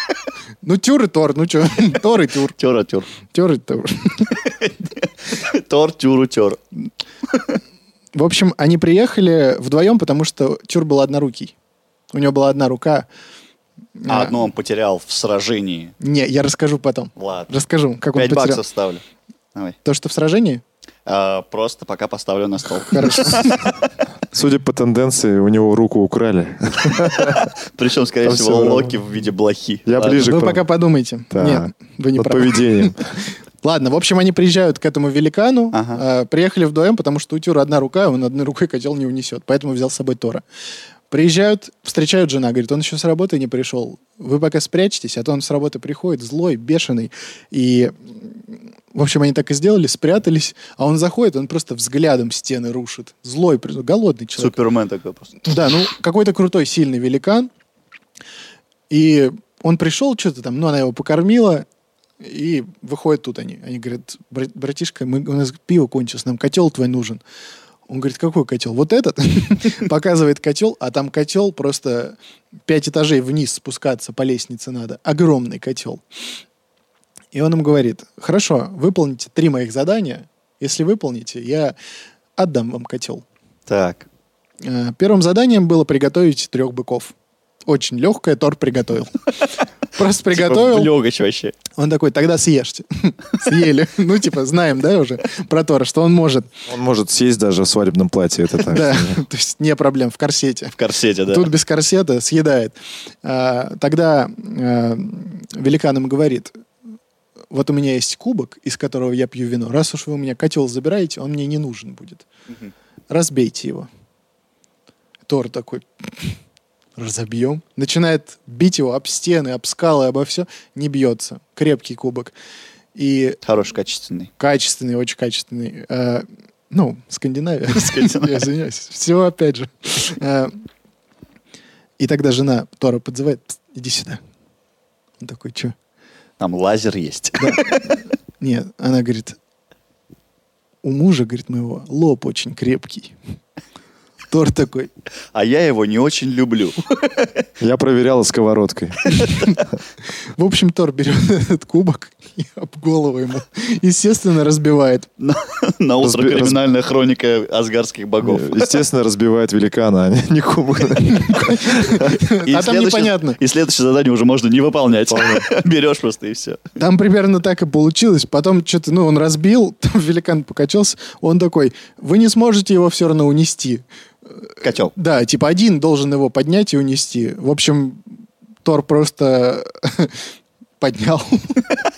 Speaker 1: Ну, Тюр и Тор. Ну, чё, Тор и Тюр.
Speaker 2: Тер, тер.
Speaker 1: Тюр и Тор.
Speaker 2: Тор, тюр, утер.
Speaker 1: В общем, они приехали вдвоем, потому что Тюр был однорукий. У него была одна рука.
Speaker 2: А
Speaker 1: Э,
Speaker 2: одну он потерял в сражении.
Speaker 1: Не, я расскажу потом.
Speaker 2: Ладно.
Speaker 1: Расскажу, как он
Speaker 2: Пять
Speaker 1: потерял.
Speaker 2: баксов ставлю. Давай.
Speaker 1: То, что в сражении?
Speaker 2: А, просто пока поставлю на стол.
Speaker 1: Хорошо.
Speaker 3: Судя по тенденции, у него руку украли.
Speaker 2: Причем, скорее
Speaker 3: Там
Speaker 2: всего,
Speaker 3: всё
Speaker 2: Локи в виде блохи.
Speaker 3: Я
Speaker 2: Ладно.
Speaker 3: ближе.
Speaker 1: Вы
Speaker 3: к вам.
Speaker 1: пока подумайте.
Speaker 3: Да.
Speaker 1: Нет, вы не
Speaker 3: Под
Speaker 1: правы.
Speaker 3: поведением.
Speaker 1: Ладно, в общем, они приезжают к этому великану,
Speaker 2: Ага.
Speaker 1: э, приехали вдвоем, потому что у Тюра одна рука, он одной рукой котел не унесет, поэтому взял с собой Тора. Приезжают, встречают жена, говорит, он еще с работы не пришел, вы пока спрячьтесь, а то он с работы приходит злой, бешеный, и... м, В общем, они так и сделали, спрятались, а он заходит, он просто взглядом стены рушит. Злой, при- голодный человек.
Speaker 2: Супермен такой просто.
Speaker 1: Да, ну какой-то крутой, сильный великан. И он пришел, что-то там, ну она его покормила, и выходят тут они. Они говорят, «Бра- братишка, мы, у нас пиво кончилось, нам котел твой нужен. Он говорит, какой котел? Вот этот? Показывает котел, а там котел просто пять этажей вниз спускаться по лестнице надо. Огромный котел. И он им говорит, хорошо, выполните три моих задания. Если выполните, я отдам вам котел.
Speaker 2: Так.
Speaker 1: Э, Первым заданием было приготовить трех быков. Очень легкое, Тор приготовил. Просто
Speaker 2: Типа
Speaker 1: приготовил.
Speaker 2: Лёгач вообще.
Speaker 1: Он такой, тогда съешьте. Съели. Ну, типа, знаем, да, уже про Тора, что он может.
Speaker 3: Он может сесть даже в свадебном платье. Это так.
Speaker 1: Да, то есть не проблем, в корсете.
Speaker 2: В корсете, да.
Speaker 1: Тут без корсета съедает. А, Тогда э, великан им говорит, вот у меня есть кубок, из которого я пью вино. Раз уж вы у меня котел забираете, он мне не нужен будет.
Speaker 2: Мгм.
Speaker 1: Разбейте его. Тор такой, разобьем. Начинает бить его об стены, об скалы, обо все. Не бьется. Крепкий кубок. И
Speaker 2: Хороший, качественный.
Speaker 1: качественный, очень качественный. Э, ну, Скандинавия. Я
Speaker 2: Скандинавия.
Speaker 1: извиняюсь. Все опять же. Э, И тогда жена Тора подзывает, «Пс, иди сюда. Он такой, что?
Speaker 2: Там лазер есть.
Speaker 1: Нет, она говорит, у мужа, говорит, моего лоб очень крепкий. Тор такой,
Speaker 2: А я его не очень люблю.
Speaker 3: Я проверяла сковородкой.
Speaker 1: в общем, Тор берет этот кубок и об голову ему, естественно, разбивает.
Speaker 2: На утро
Speaker 3: Разби- раз-
Speaker 2: криминальная хроника азгарских богов.
Speaker 3: Э,
Speaker 1: Э,
Speaker 3: Естественно, разбивает великана, а не не кубок.
Speaker 1: А там
Speaker 2: следующее-
Speaker 1: непонятно.
Speaker 2: И следующее задание уже можно не выполнять. Берешь просто и все.
Speaker 1: Там примерно так и получилось. Потом что-то, ну, он разбил, там великан покачался. Он такой, вы не сможете его все равно унести.
Speaker 2: Котел.
Speaker 1: Да, типа один должен его поднять и унести. В общем, Тор просто поднял,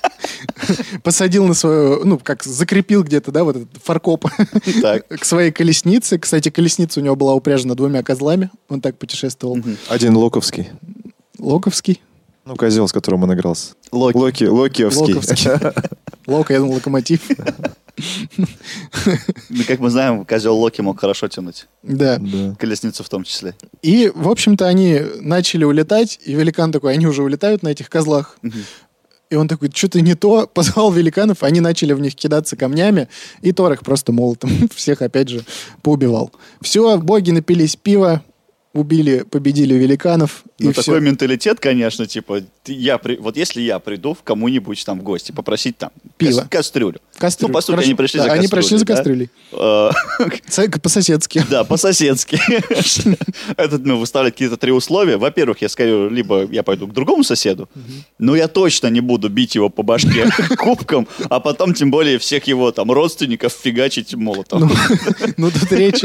Speaker 1: посадил на свою, ну, как закрепил где-то, да, вот этот фаркоп
Speaker 2: Так.
Speaker 1: к своей колеснице. Кстати, колесница у него была упряжена двумя козлами. Он так путешествовал.
Speaker 2: Мгм.
Speaker 3: Один локовский.
Speaker 1: Локовский.
Speaker 3: Ну, козел, с которым он игрался.
Speaker 2: Локи.
Speaker 3: Локи, Локиевский.
Speaker 1: Локовский. Лока, я думал, локомотив.
Speaker 2: Ну, Как мы знаем, козел Локи мог хорошо тянуть.
Speaker 1: Да.
Speaker 3: Да.
Speaker 2: Колесницу в том числе.
Speaker 1: И, в общем-то, они начали улетать, и великан такой, они уже улетают на этих козлах. И он такой, что-то не то, позвал великанов, они начали в них кидаться камнями, и Тор их просто молотом всех, опять же, поубивал. Все, боги напились пива, убили, победили великанов,
Speaker 2: Ну,
Speaker 1: и
Speaker 2: такой
Speaker 1: все.
Speaker 2: менталитет, конечно, типа, ты- я при- вот если я приду в кому-нибудь там в гости, попросить там кас-
Speaker 1: Пиво.
Speaker 2: кастрюлю.
Speaker 1: Кастрюлю.
Speaker 2: Ну, по сути,
Speaker 1: Хорошо.
Speaker 2: они пришли
Speaker 1: Да,
Speaker 2: за
Speaker 1: Они пришли за
Speaker 2: кастрюлей,
Speaker 1: кастрюлей.
Speaker 2: Э,
Speaker 1: Ц- По-соседски.
Speaker 2: Да, по-соседски. Этот, ну, выставлять какие-то три условия. Во-первых, я скажу, либо я пойду к другому соседу, но я точно не буду бить его по башке кубком, а потом, тем более, всех его там родственников фигачить молотом.
Speaker 1: Ну, тут речь...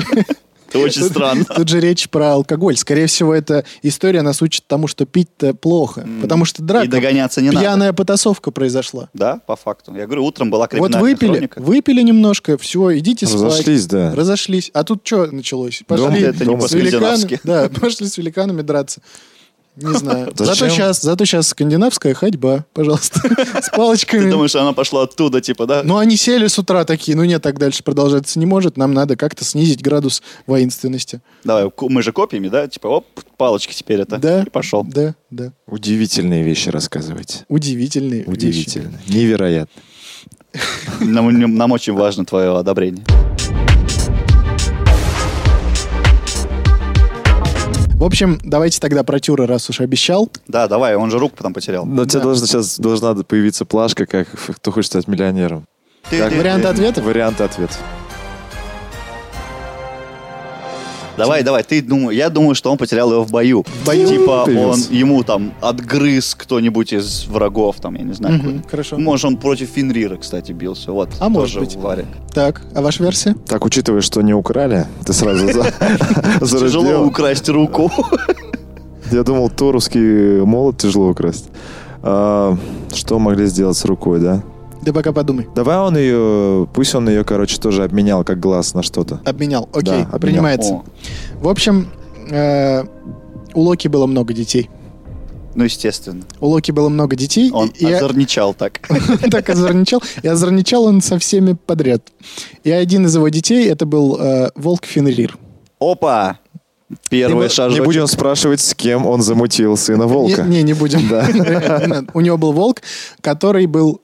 Speaker 2: Это очень
Speaker 1: тут-
Speaker 2: странно.
Speaker 1: Тут же речь про алкоголь. Скорее всего, эта история нас учит тому, что пить-то плохо. Потому что драка...
Speaker 2: И догоняться не
Speaker 1: пьяная
Speaker 2: надо.
Speaker 1: потасовка произошла.
Speaker 2: Да, по факту. Я говорю, утром была
Speaker 1: Вот
Speaker 2: криминальная
Speaker 1: выпили,
Speaker 2: хроника.
Speaker 1: выпили немножко, все, идите
Speaker 3: Разошлись,
Speaker 1: спать.
Speaker 3: да.
Speaker 1: Разошлись. А тут что началось?
Speaker 3: Дома
Speaker 1: Пошли
Speaker 2: это не
Speaker 1: с великанами.
Speaker 2: по-скандинавски.
Speaker 1: Да, пошли с великанами драться. Не знаю. Зато
Speaker 3: Зачем?
Speaker 1: сейчас, зато сейчас скандинавская ходьба, пожалуйста, с
Speaker 2: Ты
Speaker 1: палочками.
Speaker 2: думаешь, она пошла оттуда, типа, да?
Speaker 1: Ну, они сели с утра такие, ну нет, так дальше продолжаться не может, нам надо как-то снизить градус воинственности.
Speaker 2: Давай, ку- мы же копьями, да? Типа, оп, палочки теперь это.
Speaker 1: Да.
Speaker 2: И пошел.
Speaker 1: Да, да.
Speaker 3: Удивительные вещи рассказываете.
Speaker 1: Удивительные вещи.
Speaker 3: Удивительно. Невероятно.
Speaker 2: Нам, нам очень важно твое одобрение.
Speaker 1: В общем, давайте тогда про Тюра, раз уж обещал.
Speaker 2: Да, давай, он же руку потом потерял.
Speaker 3: Но у тебя должна, сейчас должна появиться плашка, как кто хочет стать миллионером.
Speaker 2: Ты-
Speaker 3: Как
Speaker 2: ты-
Speaker 1: Варианты ответов?
Speaker 3: Варианты ответа.
Speaker 2: Давай, давай, ты думаю, я думаю, что он потерял его в бою. В
Speaker 1: бою?
Speaker 2: Типа он,
Speaker 3: Певец.
Speaker 2: ему там отгрыз кто-нибудь из врагов, там, я не знаю.
Speaker 1: Мгм,
Speaker 2: какой.
Speaker 1: хорошо.
Speaker 2: Может, он против Финрира, кстати, бился. Вот,
Speaker 1: А может быть.
Speaker 2: варик.
Speaker 1: Так, а ваша версия?
Speaker 3: Так, учитывая, что не украли, ты сразу за-
Speaker 2: Тяжело
Speaker 3: зарубил.
Speaker 2: украсть руку.
Speaker 3: Я думал, то русский молот тяжело украсть. А, Что могли сделать с рукой, да?
Speaker 1: Ты пока подумай.
Speaker 3: Давай он ее, пусть он ее, короче, тоже обменял как глаз на что-то.
Speaker 1: Обменял. Окей,
Speaker 3: Да, обменял.
Speaker 1: принимается.
Speaker 2: О,
Speaker 1: В общем, э, у Локи было много детей.
Speaker 2: ну, естественно.
Speaker 1: У Локи было много детей.
Speaker 2: Он
Speaker 1: и я-
Speaker 2: озорничал так.
Speaker 1: так озорничал. И озорничал он со всеми подряд. И один из его детей, это был э, волк Фенрир.
Speaker 2: Опа!
Speaker 3: Не
Speaker 2: Первый шажок.
Speaker 3: будем спрашивать, с кем он замутил сына волка.
Speaker 1: Не, не, не будем. У него был волк, который был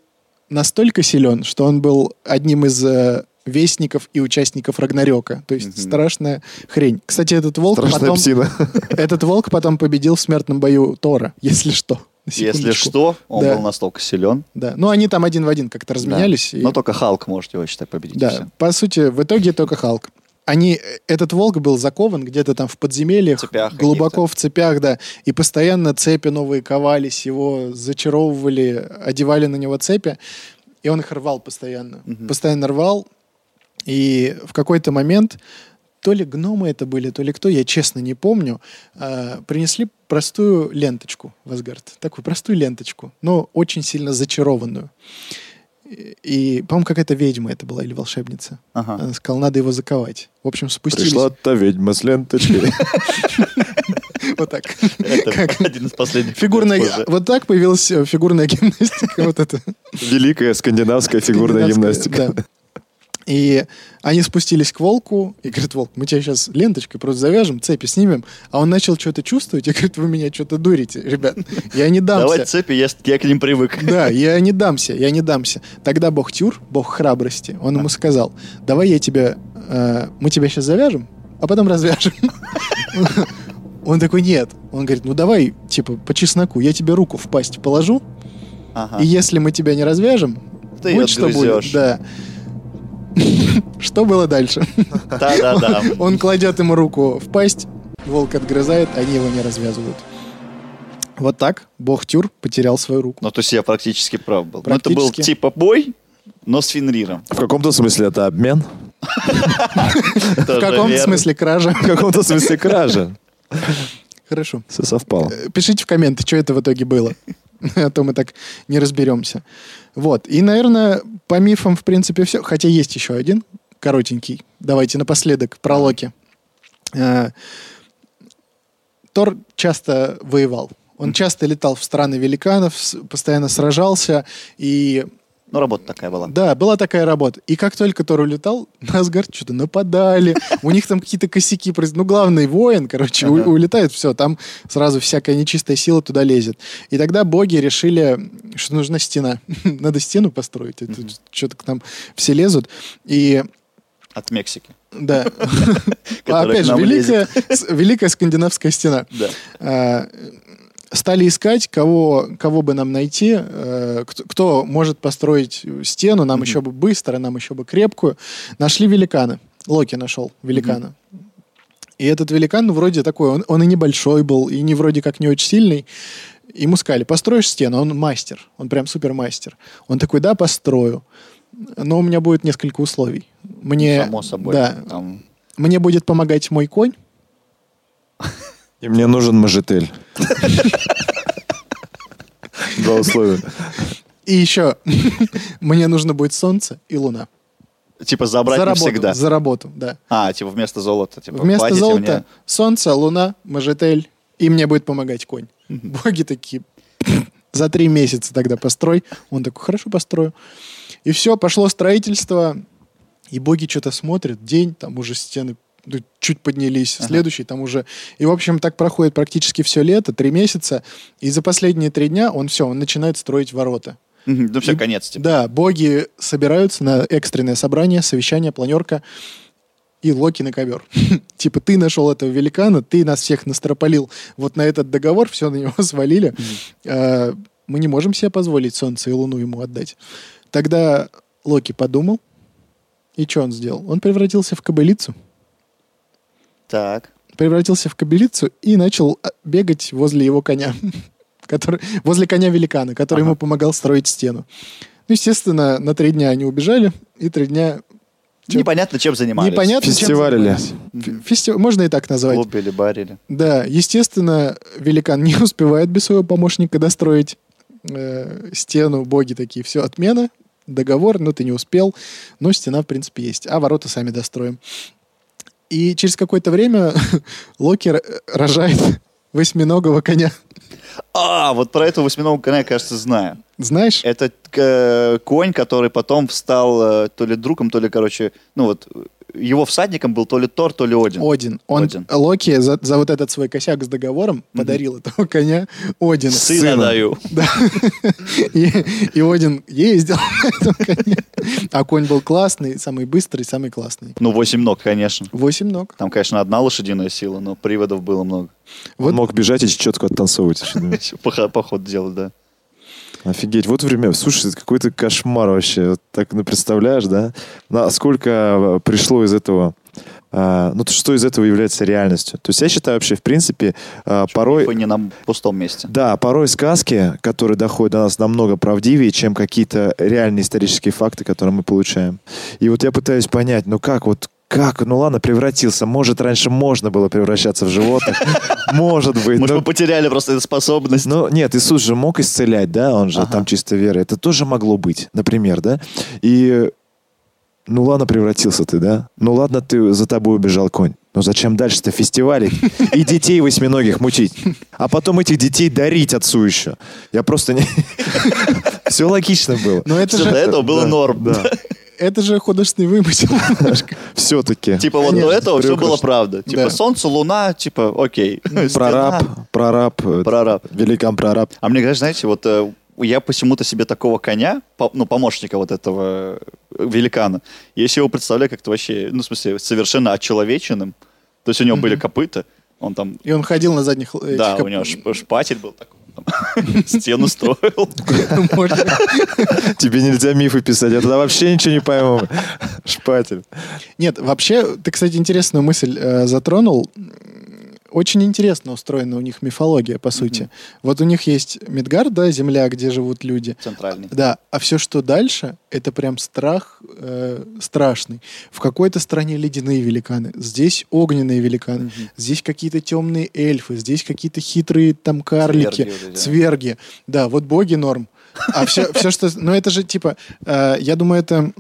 Speaker 1: настолько силен, что он был одним из э, вестников и участников Рагнарёка. То есть
Speaker 2: Мгм.
Speaker 1: страшная хрень. Кстати, этот волк
Speaker 3: Страшная
Speaker 1: потом...
Speaker 3: псина.
Speaker 1: Этот волк потом победил в смертном бою Тора, если что. На
Speaker 2: Если
Speaker 1: секундочку.
Speaker 2: что, он
Speaker 1: Да.
Speaker 2: был настолько силен.
Speaker 1: Да. Ну, они там один в один как-то разменялись. и-
Speaker 2: Но только Халк может его, считай, победить. и
Speaker 1: Да,
Speaker 2: всё.
Speaker 1: по сути, в итоге только Халк. Они, э, этот волк был закован где-то там в подземельях,
Speaker 2: Цепях
Speaker 1: глубоко в цепях, да, и постоянно цепи новые ковались, его зачаровывали, одевали на него цепи, и он их рвал постоянно.
Speaker 2: Мгм.
Speaker 1: Постоянно рвал, и в какой-то момент то ли гномы это были, то ли кто, я честно не помню, а, принесли простую ленточку в Асгард. Такую простую ленточку, но очень сильно зачарованную. И, и, по-моему, какая-то ведьма это была или волшебница.
Speaker 2: Ага.
Speaker 1: Она сказала, надо его заковать. В общем, спустились.
Speaker 3: Пришла та ведьма с ленточкой.
Speaker 1: Вот так.
Speaker 2: Это один из последних.
Speaker 1: Фигурная...
Speaker 2: способов.
Speaker 1: Вот так появилась э, фигурная гимнастика. Вот это.
Speaker 3: Великая скандинавская фигурная
Speaker 1: Скандинавская,
Speaker 3: гимнастика.
Speaker 1: да. И они спустились к волку, и говорит, волк, мы тебя сейчас ленточкой просто завяжем, цепи снимем. А он начал что-то чувствовать, и говорит, вы меня что-то дурите, ребят. Я не дамся.
Speaker 2: Давай цепи, я, я к ним привык.
Speaker 1: Да, я не дамся, я не дамся. Тогда бог Тюр, бог храбрости, он ему сказал, давай я тебя, э, мы тебя сейчас завяжем, а потом развяжем. Он такой, нет. Он говорит, ну давай, типа, по чесноку, я тебе руку в пасть положу,
Speaker 2: Ага.
Speaker 1: и если мы тебя не развяжем,
Speaker 2: Ты
Speaker 1: вот что будет.
Speaker 2: отгрызешь.
Speaker 1: Да. Что было дальше?
Speaker 2: Да-да-да.
Speaker 1: Он кладет ему руку в пасть, волк отгрызает, они его не развязывают. Вот так бог Тюр потерял свою руку.
Speaker 2: Ну, то есть я практически прав был. Ну, это был
Speaker 1: Практически.
Speaker 2: типа бой, но с Фенриром.
Speaker 3: В каком-то смысле это обмен.
Speaker 1: В каком смысле кража?
Speaker 3: В каком-то смысле кража.
Speaker 1: Хорошо.
Speaker 3: Все совпало.
Speaker 1: Э, Пишите в комменты, что это в итоге было. А то мы так не разберемся. Вот. И, наверное, по мифам, в принципе, все. Хотя есть еще один, коротенький. Давайте напоследок про Локи. Э, Тор часто воевал. Он часто летал в страны великанов, с- постоянно сражался. И
Speaker 2: Ну, работа такая была.
Speaker 1: да, была такая работа. И как только Тор улетал, на Асгард что-то нападали. У них там какие-то косяки произ- Ну, главный воин, короче, у-
Speaker 2: Ага.
Speaker 1: улетает, все, там сразу всякая нечистая сила туда лезет. И тогда боги решили, что нужна стена. Надо стену построить. Что-то к нам все лезут. И
Speaker 2: От Мексики.
Speaker 1: да, А
Speaker 2: которая к
Speaker 1: опять же,
Speaker 2: нам
Speaker 1: великая,
Speaker 2: лезет.
Speaker 1: с- великая скандинавская стена.
Speaker 2: Да.
Speaker 1: Э, стали искать, кого, кого бы нам найти, э, кто, кто может построить стену, нам еще бы быстро, нам еще бы крепкую. Нашли великана. Локи нашел великана. И этот великан ну, вроде такой, он, он и небольшой был, и не вроде как не очень сильный. Ему сказали, построишь стену, он мастер, он прям супермастер. Он такой, да, построю, но у меня будет несколько условий. Мне,
Speaker 2: Само собой.
Speaker 1: Да,
Speaker 2: Там
Speaker 1: мне будет помогать мой конь,
Speaker 3: И мне нужен мажитель. Два условия.
Speaker 1: и еще мне нужно будет солнце и луна.
Speaker 2: Типа забрать
Speaker 1: за работу,
Speaker 2: навсегда.
Speaker 1: за работу, да.
Speaker 2: А, типа вместо золота. Типа,
Speaker 1: Вместо
Speaker 2: платите
Speaker 1: золота
Speaker 2: мне.
Speaker 1: солнце, луна, мажетель, и мне будет помогать конь. Боги такие, за три месяца тогда построй. Он такой, хорошо, построю. И все, пошло строительство, и боги что-то смотрят, день, там уже стены ну, чуть поднялись, следующий там уже... И, в общем, так проходит практически все лето, три месяца, и за последние три дня он все, он начинает строить ворота.
Speaker 2: Мгм. Ну, все,
Speaker 1: И-
Speaker 2: конец. Типа.
Speaker 1: Да, боги собираются на экстренное собрание, совещание, планерка. и Локи на ковер. типа, ты нашел этого великана, ты нас всех настропалил вот на этот договор, все на него свалили. А, Мы не можем себе позволить солнце и луну ему отдать. Тогда Локи подумал, и что он сделал? Он превратился в кобылицу.
Speaker 2: Так.
Speaker 1: Превратился в кобылицу и начал а, бегать возле его коня. который, возле коня великана, который
Speaker 2: Ага.
Speaker 1: ему помогал строить стену. Ну, естественно, на три дня они убежали, и три дня Чё?
Speaker 2: Непонятно, чем занимались.
Speaker 1: Непонятно. чем
Speaker 3: Фестивалили.
Speaker 1: занимались. Фе- фестив- Можно и так назвать.
Speaker 2: Клубили, барили.
Speaker 1: Да, естественно, великан не успевает без своего помощника достроить э, стену. Боги такие, все, отмена, договор, но ты не успел. Но стена, в принципе, есть. А ворота сами достроим. И через какое-то время Локи р- рожает восьминогого коня.
Speaker 2: А, вот про этого восьминога коня, я, кажется, знаю.
Speaker 1: Знаешь?
Speaker 2: Это э, конь, который потом встал э, то ли другом, то ли, короче, ну вот, э, его всадником был то ли Тор, то ли Один.
Speaker 1: Один. Он
Speaker 2: Один.
Speaker 1: Локи за, за вот этот свой косяк с договором подарил этого коня Одину.
Speaker 2: Сына даю.
Speaker 1: И, и Один ездил на этом коне. А конь был классный, самый быстрый, самый классный.
Speaker 2: Ну, восемь ног, конечно.
Speaker 1: Восемь ног.
Speaker 2: Там, конечно, одна лошадиная сила, но приводов было много.
Speaker 1: Вот-
Speaker 3: Он мог бежать и четко оттанцовывать.
Speaker 2: По, хо- по ходу дела, да.
Speaker 3: Офигеть, вот время. Слушай, это какой-то кошмар вообще. Вот так ну, представляешь, да? Ну, Насколько э, пришло из этого... э, Ну, то что из этого является реальностью? То есть я считаю вообще, в принципе, э, порой...
Speaker 2: Мифы не на пустом месте.
Speaker 3: Да, порой сказки, которые доходят до нас, намного правдивее, чем какие-то реальные исторические факты, которые мы получаем. И вот я пытаюсь понять, ну как вот как? Ну ладно, превратился. Может, раньше можно было превращаться в животных. Может быть.
Speaker 2: Может,
Speaker 3: но-
Speaker 2: мы потеряли просто эту способность.
Speaker 3: ну, нет, Иисус же мог исцелять, да, он же
Speaker 2: Ага.
Speaker 3: там чисто вера. Это тоже могло быть, например, да? И, ну ладно, превратился ты, да? Ну ладно, ты за тобой убежал конь. Ну зачем дальше-то фестивалить и детей восьминогих мучить? А потом этих детей дарить отцу еще. Я просто не... Все логично было.
Speaker 1: Но это
Speaker 2: Всё, до
Speaker 1: же,
Speaker 2: этого было
Speaker 3: Да,
Speaker 2: норм.
Speaker 3: да.
Speaker 1: это же художественный вымысел. немножко.
Speaker 3: Все-таки.
Speaker 2: Типа вот
Speaker 1: Конечно,
Speaker 2: до этого все
Speaker 3: приукрашено.
Speaker 2: было правда. Типа
Speaker 1: Да.
Speaker 2: солнце, луна, типа окей.
Speaker 3: Прораб,
Speaker 2: Стена,
Speaker 3: прораб, э,
Speaker 2: Прораб.
Speaker 3: великан прораб.
Speaker 2: А мне, кажется, знаете, вот э, я почему-то себе такого коня, по- ну, помощника вот этого э, великана, я себе его представляю как-то вообще, ну, в смысле, совершенно очеловеченным. То есть у него были копыта, он там,
Speaker 1: И он ходил на задних... л- этих
Speaker 2: да,
Speaker 1: коп-
Speaker 2: у него шп- шпатель был такой, он там стену строил.
Speaker 1: можно.
Speaker 3: Тебе нельзя мифы писать, я тогда вообще ничего не пойму. Шпатель.
Speaker 1: Нет, вообще, ты, кстати, интересную мысль э, затронул. М, Очень интересно устроена у них мифология, по сути. Вот у них есть Мидгар, да, земля, где живут люди.
Speaker 2: Центральный.
Speaker 1: Да, а все, что дальше, это прям страх э, страшный. В какой-то стране ледяные великаны, здесь огненные великаны, здесь какие-то темные эльфы, здесь какие-то хитрые там карлики,
Speaker 2: Цверги вот эти, да.
Speaker 1: цверги. Да, вот боги норм. А все, все что... Ну, это же типа... э, я думаю, это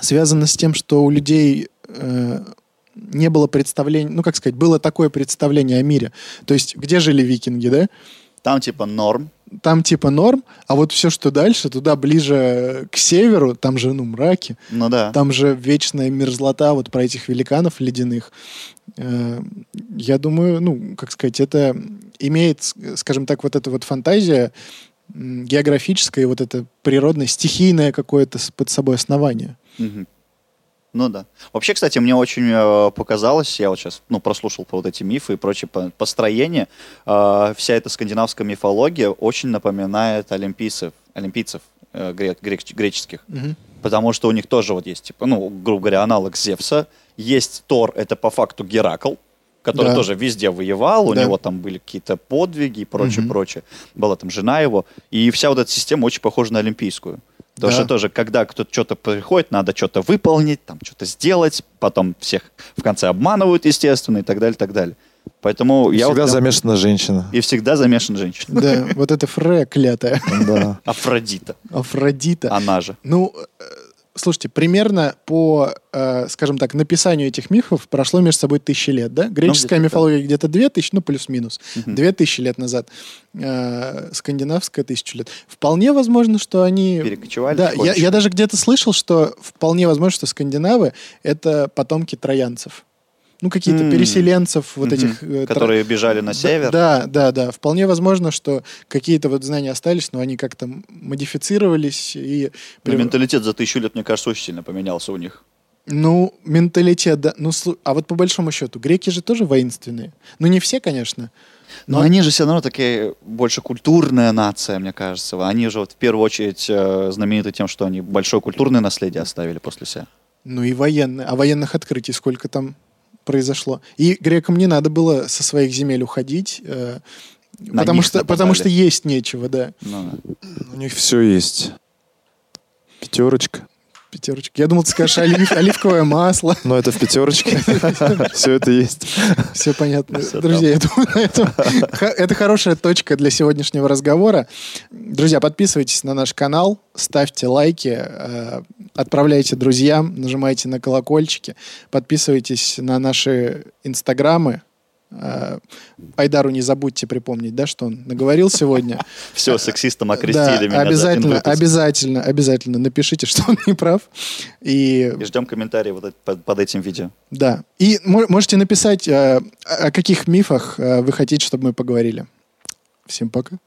Speaker 1: связано с тем, что у людей... э, не было представления, ну как сказать, было такое представление о мире. То есть, где жили викинги, да?
Speaker 2: Там типа норм.
Speaker 1: там типа норм, а вот все, что дальше, туда ближе к северу, там же, ну, мраки,
Speaker 2: Ну да.
Speaker 1: там же вечная мерзлота вот про этих великанов ледяных. Э, Я думаю, ну, как сказать, это имеет, с- скажем так, вот эта вот фантазия м, географическая, вот это природное, стихийное какое-то с- под собой основание.
Speaker 2: Мгм. Ну да. Вообще, кстати, мне очень э, показалось, я вот сейчас ну, прослушал по вот эти мифы и прочее по- построение, э, вся эта скандинавская мифология очень напоминает олимпийцев, олимпийцев э, гре- греч- греческих. Потому что у них тоже вот есть, типа, ну, грубо говоря, аналог Зевса. Есть Тор, это по факту Геракл, который
Speaker 1: Да.
Speaker 2: тоже везде воевал, у
Speaker 1: Да.
Speaker 2: него там были какие-то подвиги и прочее,
Speaker 1: Мгм.
Speaker 2: прочее. Была там жена его. И вся вот эта система очень похожа на олимпийскую. Потому
Speaker 1: Да.
Speaker 2: что тоже, когда кто-то что-то приходит, надо что-то выполнить, там что-то сделать, потом всех в конце обманывают, естественно, и так далее, и так далее. Поэтому я вот
Speaker 3: Всегда
Speaker 2: прям-
Speaker 3: замешана женщина.
Speaker 2: и всегда замешан женщина.
Speaker 1: Да, вот это Фрея клятая,
Speaker 3: Да.
Speaker 2: Афродита,
Speaker 1: Афродита.
Speaker 2: она же.
Speaker 1: Ну, э, слушайте, примерно по, э, скажем так, написанию этих мифов прошло между собой тысячи лет, да? Греческая
Speaker 2: где-то, да.
Speaker 1: мифология где-то две тысячи, ну, плюс-минус,
Speaker 2: Мгм.
Speaker 1: две тысячи лет назад, Э, скандинавская тысячу лет. Вполне возможно, что они...
Speaker 2: Перекочевали
Speaker 1: Да, я,
Speaker 2: потихонечку.
Speaker 1: я даже где-то слышал, что вполне возможно, что скандинавы — это потомки троянцев. Ну, какие-то
Speaker 2: М.
Speaker 1: переселенцев, вот
Speaker 2: Мгм.
Speaker 1: этих... э, тро-
Speaker 2: Которые бежали на север.
Speaker 1: да, да, да. Вполне возможно, что какие-то вот знания остались, но они как-то модифицировались и...
Speaker 2: Но
Speaker 1: прев-
Speaker 2: Ну, менталитет за тысячу лет, мне кажется, очень сильно поменялся у них.
Speaker 1: Ну, менталитет, да. Ну, слу- а вот по большому счету, греки же тоже воинственные. Ну, не все, конечно.
Speaker 2: Но
Speaker 1: Ну,
Speaker 2: они же все равно такие больше культурная нация, мне кажется. Они же вот в первую очередь э, знамениты тем, что они большое культурное наследие оставили после себя.
Speaker 1: Ну и военные. А военных открытий сколько там произошло. И грекам не надо было со своих земель уходить, э,
Speaker 2: На
Speaker 1: потому,
Speaker 2: них
Speaker 1: что,
Speaker 2: нападали.
Speaker 1: потому что есть нечего, да.
Speaker 2: Ну да.
Speaker 3: У них все есть. Пятерочка.
Speaker 1: Пятерочка. Я думал, ты скажешь олив- оливковое масло.
Speaker 3: Но это в пятерочке. Все это есть.
Speaker 1: Все понятно.
Speaker 2: Всё
Speaker 1: Друзья, я думаю, на этом х- это хорошая точка для сегодняшнего разговора. Друзья, подписывайтесь на наш канал, ставьте лайки, э, отправляйте друзьям, нажимайте на колокольчики, подписывайтесь на наши инстаграмы. Э, Айдару не забудьте припомнить, да, что он наговорил сегодня.
Speaker 2: Все, сексистом
Speaker 1: Да,
Speaker 2: окрестили меня. за
Speaker 1: обязательно,
Speaker 2: один выпуск.
Speaker 1: обязательно, обязательно напишите, что он не прав. И
Speaker 2: И ждем комментарии вот эт- под, под этим видео.
Speaker 1: да. И мо- можете написать, э, о о каких мифах э, вы хотите, чтобы мы поговорили. Всем пока.